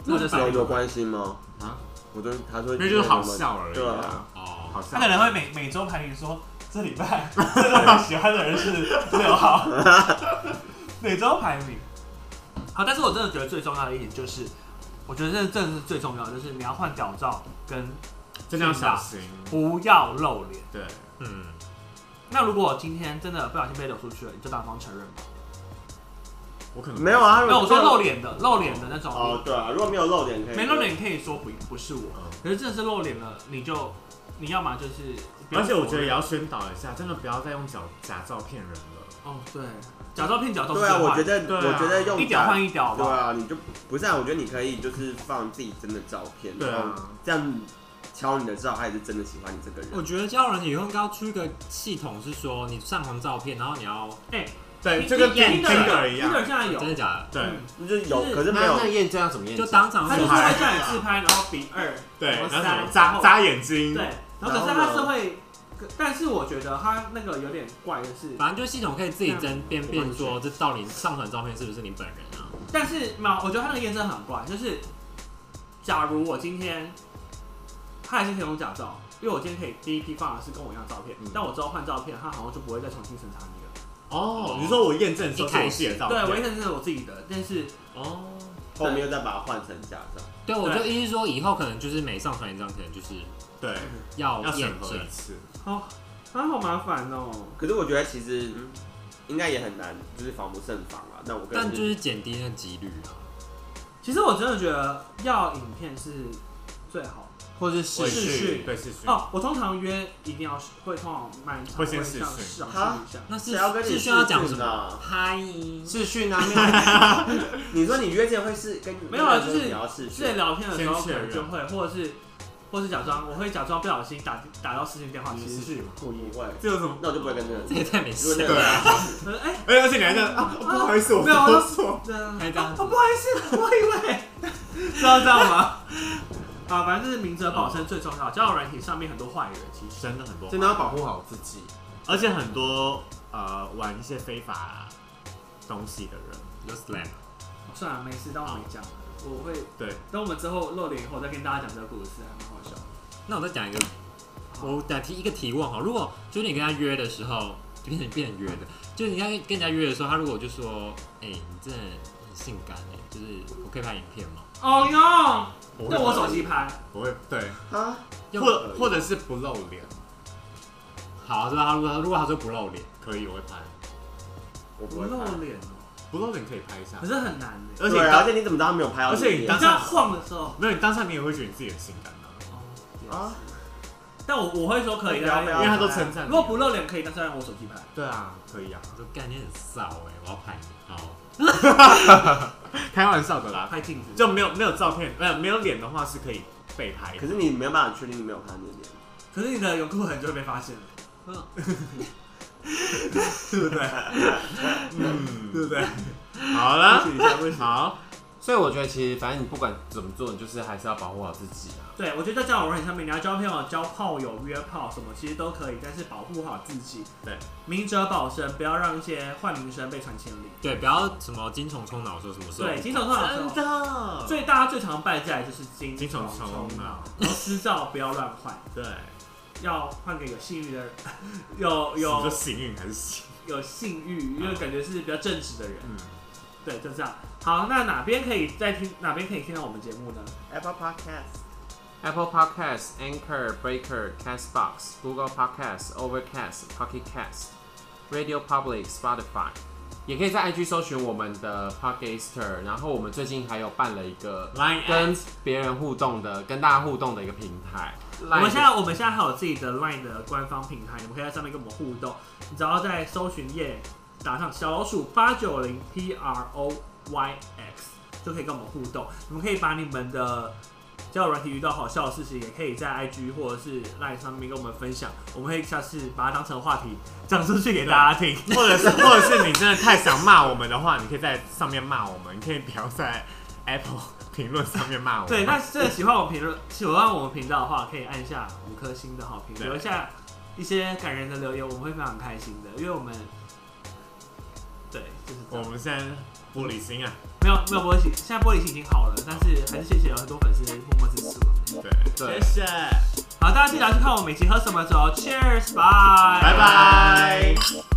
[SPEAKER 2] 那就
[SPEAKER 3] 有
[SPEAKER 2] 是
[SPEAKER 3] 有关系吗？
[SPEAKER 4] 啊，
[SPEAKER 3] 我都他说
[SPEAKER 4] 那就是好笑而已
[SPEAKER 3] 对
[SPEAKER 4] 啊
[SPEAKER 3] 啊，
[SPEAKER 1] 哦，
[SPEAKER 4] 好笑。
[SPEAKER 2] 每每周排名说这礼拜这个人喜欢的人是六号， 每周排名。好，但是我真的觉得最重要的一点就是，我觉得这真的是最重要的，就是你要换屌照跟
[SPEAKER 4] 真的要小心，
[SPEAKER 2] 不要露脸。
[SPEAKER 4] 对，
[SPEAKER 1] 嗯，
[SPEAKER 2] 那如果今天真的不小心被流出去了，你就大方承认吧。
[SPEAKER 4] 我可能
[SPEAKER 3] 没有啊，
[SPEAKER 2] 没有，我说露。脸的，露脸的那种，
[SPEAKER 3] 哦，对啊，如果没有露脸可以。
[SPEAKER 2] 没露。脸可以说不不是我
[SPEAKER 4] 嗯，
[SPEAKER 2] 可是真的是露脸了，你就你要么就是，
[SPEAKER 4] 而且我觉得也要宣导一下，真的不要再用假假照骗人了。
[SPEAKER 2] 哦对，假照片假照
[SPEAKER 3] 对啊，我觉得
[SPEAKER 4] 对啊
[SPEAKER 3] 我觉得用
[SPEAKER 2] 一屌换一屌，好不
[SPEAKER 3] 对
[SPEAKER 2] 好？
[SPEAKER 3] 啊，你就不是啊？我觉得你可以就是放自己真的照片，
[SPEAKER 4] 对
[SPEAKER 3] 然后
[SPEAKER 4] 啊，
[SPEAKER 3] 这样敲你的照，他也是真的喜欢你这个
[SPEAKER 1] 我
[SPEAKER 3] 人。
[SPEAKER 1] 觉得交友软件以后应该要出一个系统，是说你上传照片，然后你要
[SPEAKER 2] 哎，
[SPEAKER 4] 对，
[SPEAKER 2] 你
[SPEAKER 4] 就跟
[SPEAKER 2] 你
[SPEAKER 4] 骗
[SPEAKER 2] Tinder
[SPEAKER 4] Tinder 一样。
[SPEAKER 2] Tinder 现在有
[SPEAKER 1] 真的，假的，
[SPEAKER 4] 对
[SPEAKER 2] 嗯
[SPEAKER 3] 就是有，可是没
[SPEAKER 5] 那
[SPEAKER 3] 有
[SPEAKER 5] 那验证要怎么验
[SPEAKER 1] 就
[SPEAKER 5] 证？
[SPEAKER 1] 当场
[SPEAKER 2] 他
[SPEAKER 1] 说哎
[SPEAKER 2] 就是会叫你自拍，然后比二，
[SPEAKER 4] 对，然
[SPEAKER 2] 然
[SPEAKER 4] 后
[SPEAKER 2] 后
[SPEAKER 4] 什么
[SPEAKER 2] 三，
[SPEAKER 4] 眨
[SPEAKER 2] 然后
[SPEAKER 4] 眨眼睛，
[SPEAKER 2] 对，然后可是他是会，可但是我觉得他那个有点怪的是，
[SPEAKER 1] 反正就系统可以自己甄辨辨说这到底上传照片是不是你本人啊？
[SPEAKER 2] 但是嘛，我觉得他那个验证很怪，就是假如我今天，他还是可以用假照，因为我今天可以第一批放的是跟我一样的照片，但我之后换照片，他好像就不会再重新审查你了。
[SPEAKER 4] 哦，你说我验证的时候是我自己的照
[SPEAKER 2] 对，我
[SPEAKER 4] 片
[SPEAKER 2] 验，证是我自己的，但是
[SPEAKER 1] 哦，
[SPEAKER 3] 后面又再把它换成假照。
[SPEAKER 1] 对，我就意思说以后可能就是每上传一张，可能就是
[SPEAKER 4] 对，
[SPEAKER 2] 嗯
[SPEAKER 1] 要
[SPEAKER 4] 要
[SPEAKER 1] 验
[SPEAKER 4] 审核
[SPEAKER 1] 证
[SPEAKER 4] 一。次。
[SPEAKER 2] 哦，啊好麻烦哦。
[SPEAKER 3] 可是我觉得其实应该也很难，就是防不胜防啊。啦，但我个人
[SPEAKER 1] 但就是减低那个几率啊。
[SPEAKER 2] 其实我真的觉得要影片是最好的
[SPEAKER 5] 或者是视
[SPEAKER 2] 视
[SPEAKER 5] 讯，
[SPEAKER 2] 讯
[SPEAKER 4] 对是是，
[SPEAKER 2] 哦。我通常约一定要会通常蛮常
[SPEAKER 4] 会先
[SPEAKER 2] 试
[SPEAKER 4] 试
[SPEAKER 2] 上
[SPEAKER 4] 训
[SPEAKER 2] 试
[SPEAKER 3] 啊
[SPEAKER 2] 一下。
[SPEAKER 1] 那是
[SPEAKER 3] 谁要跟你啊
[SPEAKER 1] 是需要讲什么？
[SPEAKER 3] 么？
[SPEAKER 1] 嗨，
[SPEAKER 5] 视讯啊，没
[SPEAKER 3] 你说你约见会是跟
[SPEAKER 2] 没有啊
[SPEAKER 3] 跟
[SPEAKER 2] 就是
[SPEAKER 3] 你要试
[SPEAKER 2] 之前
[SPEAKER 3] 训，
[SPEAKER 2] 聊天的时候
[SPEAKER 4] 先
[SPEAKER 2] 可
[SPEAKER 4] 确
[SPEAKER 2] 能
[SPEAKER 4] 认
[SPEAKER 2] 就会，或者是或是假装，我会假装不小心打打到私信电话，其实是故意。
[SPEAKER 3] 不会，
[SPEAKER 4] 这有什么？
[SPEAKER 3] 那我就不会跟这个人
[SPEAKER 1] 这。也太没
[SPEAKER 3] 如果
[SPEAKER 1] 事
[SPEAKER 3] 那
[SPEAKER 1] 了。
[SPEAKER 3] 个人
[SPEAKER 2] 可是哎，
[SPEAKER 4] 而而且你还这样啊，不好意思，我
[SPEAKER 2] 没有啊
[SPEAKER 4] 啰嗦。
[SPEAKER 2] 这样
[SPEAKER 4] 哎
[SPEAKER 1] 还这样子
[SPEAKER 2] 哦，不好意思，我以为知道这样吗？ 啊，反正就是明哲保身最重要。交友软体上面很多坏人，其实
[SPEAKER 4] 真的很多，
[SPEAKER 5] 真的要保护好自己。
[SPEAKER 4] 而且很多呃玩一些非法呃东西的人，
[SPEAKER 1] 就 slam，
[SPEAKER 2] 算哦了，没事，当我没讲。我会
[SPEAKER 4] 对，
[SPEAKER 2] 等我们之后露脸以后，我再跟大家讲这个故事，还蛮好笑的。
[SPEAKER 1] 那我再讲一个，
[SPEAKER 2] 好
[SPEAKER 1] 我再提一个提问哈。如果就是你跟他约的时候，就变成变成约的，就是你跟他跟人家约的时候，他如果就说，哎、你真的很性感哎、就是我可以拍影片吗？
[SPEAKER 2] 哦哟，
[SPEAKER 4] 不会
[SPEAKER 2] 用我手机拍，
[SPEAKER 4] 不会对，
[SPEAKER 3] 啊，
[SPEAKER 1] 用
[SPEAKER 4] 或或者是不露脸，
[SPEAKER 1] 好，是吧？他如果如果他说不露脸，
[SPEAKER 4] 可以我会拍，
[SPEAKER 3] 我不
[SPEAKER 2] 不
[SPEAKER 3] 会
[SPEAKER 2] 露
[SPEAKER 3] 拍。
[SPEAKER 2] 脸哦，
[SPEAKER 4] 不露脸可以拍一下
[SPEAKER 2] 可，是很难的。
[SPEAKER 4] 而且
[SPEAKER 3] 对啊而
[SPEAKER 4] 当
[SPEAKER 3] 且你怎么知道他没有拍到
[SPEAKER 4] 而
[SPEAKER 3] 你
[SPEAKER 4] 且
[SPEAKER 3] 脸？
[SPEAKER 4] 你
[SPEAKER 2] 你
[SPEAKER 4] 当
[SPEAKER 2] 这样晃的时候，
[SPEAKER 4] 没有你当下你也会觉得你自己很性感啊，
[SPEAKER 3] 啊，
[SPEAKER 2] 但我我会说可以
[SPEAKER 3] 不
[SPEAKER 2] 的，
[SPEAKER 3] 要不
[SPEAKER 4] 因
[SPEAKER 3] 要
[SPEAKER 4] 为他都称赞你，
[SPEAKER 2] 如果不露脸可以，但是要用我手机拍。
[SPEAKER 4] 对啊，可以啊，
[SPEAKER 1] 我说干你很骚哎、我要拍你。 好，
[SPEAKER 4] 开玩笑的啦，
[SPEAKER 2] 拍镜子，
[SPEAKER 4] 就没有没有照片，没有没有脸的话是可以被拍的，
[SPEAKER 3] 可是你没有办法确定你没有拍到你的脸。
[SPEAKER 2] 可是你的泳裤很就会被发现了，
[SPEAKER 4] 嗯，对不对？好了，好，
[SPEAKER 5] 所以我觉得其实反正你不管怎么做，你就是还是要保护好自己啊。
[SPEAKER 2] 对我觉得在交友软件上面，你要交朋友、交炮友、约炮什么，其实都可以，但是保护好自己，
[SPEAKER 4] 对，
[SPEAKER 2] 明哲保身，不要让一些坏名声被传千里。对
[SPEAKER 1] 对，不要什么金虫冲脑说什么时候
[SPEAKER 2] 对，金手上的时候，
[SPEAKER 4] 的
[SPEAKER 2] 最大家最常败在就是金
[SPEAKER 4] 金虫
[SPEAKER 2] 虫
[SPEAKER 4] 冲脑，
[SPEAKER 2] 然后私照不要乱换，
[SPEAKER 4] 啊对，
[SPEAKER 2] 要换给有性欲的人， 有有
[SPEAKER 4] 就幸运还是幸
[SPEAKER 2] 有性欲，因为感觉是比较正直的人。
[SPEAKER 4] 嗯
[SPEAKER 2] 对，就这样。好，那哪边可以再听？哪边可以听到我们节目呢？
[SPEAKER 3] Apple Podcast，
[SPEAKER 5] Apple Podcast、Anchor、Breaker、Castbox、Google Podcast、Overcast、Pocket Cast、Radio Public、Spotify，也可以在 IG 搜寻我们的 Podcaster。然后我们最近还有办了一个
[SPEAKER 4] Line
[SPEAKER 5] 跟别人互动的、跟大家互动的一个平台。
[SPEAKER 2] 我们现
[SPEAKER 5] Line
[SPEAKER 2] 在我们现在还有自己的 LINE 的官方平台，你们可以在上面跟我们互动。你只要在搜寻页打上小老鼠八九零 P R O Y X，就可以跟我们互动。你们可以把你们的交友软体遇到好笑的事情，也可以在 IG 或者是 LINE 上面跟我们分享，我们会下次把它当成话题讲出去给大家听。
[SPEAKER 4] 或者是，或者是你真的太想骂我们的话，你可以在上面骂我们，你可以不要在 Apple 评论上面骂我们。
[SPEAKER 2] 对，那真的喜欢我们评论，喜欢我们频道的话，可以按下五颗星的好评，
[SPEAKER 4] 对
[SPEAKER 2] 留下一些感人的留言，我们会非常开心的，因为我们对就是这
[SPEAKER 4] 我
[SPEAKER 2] 样。
[SPEAKER 4] 们现在玻璃心啊，
[SPEAKER 2] 没有没有玻璃心，现在玻璃心已经好了，但是还是谢谢有很多粉丝默默支持我们。
[SPEAKER 4] 对，
[SPEAKER 5] 对
[SPEAKER 4] 谢，
[SPEAKER 2] 好，大家记得要去看我们每集喝什么酒，Cheers，拜
[SPEAKER 4] 拜
[SPEAKER 2] 拜
[SPEAKER 4] 拜。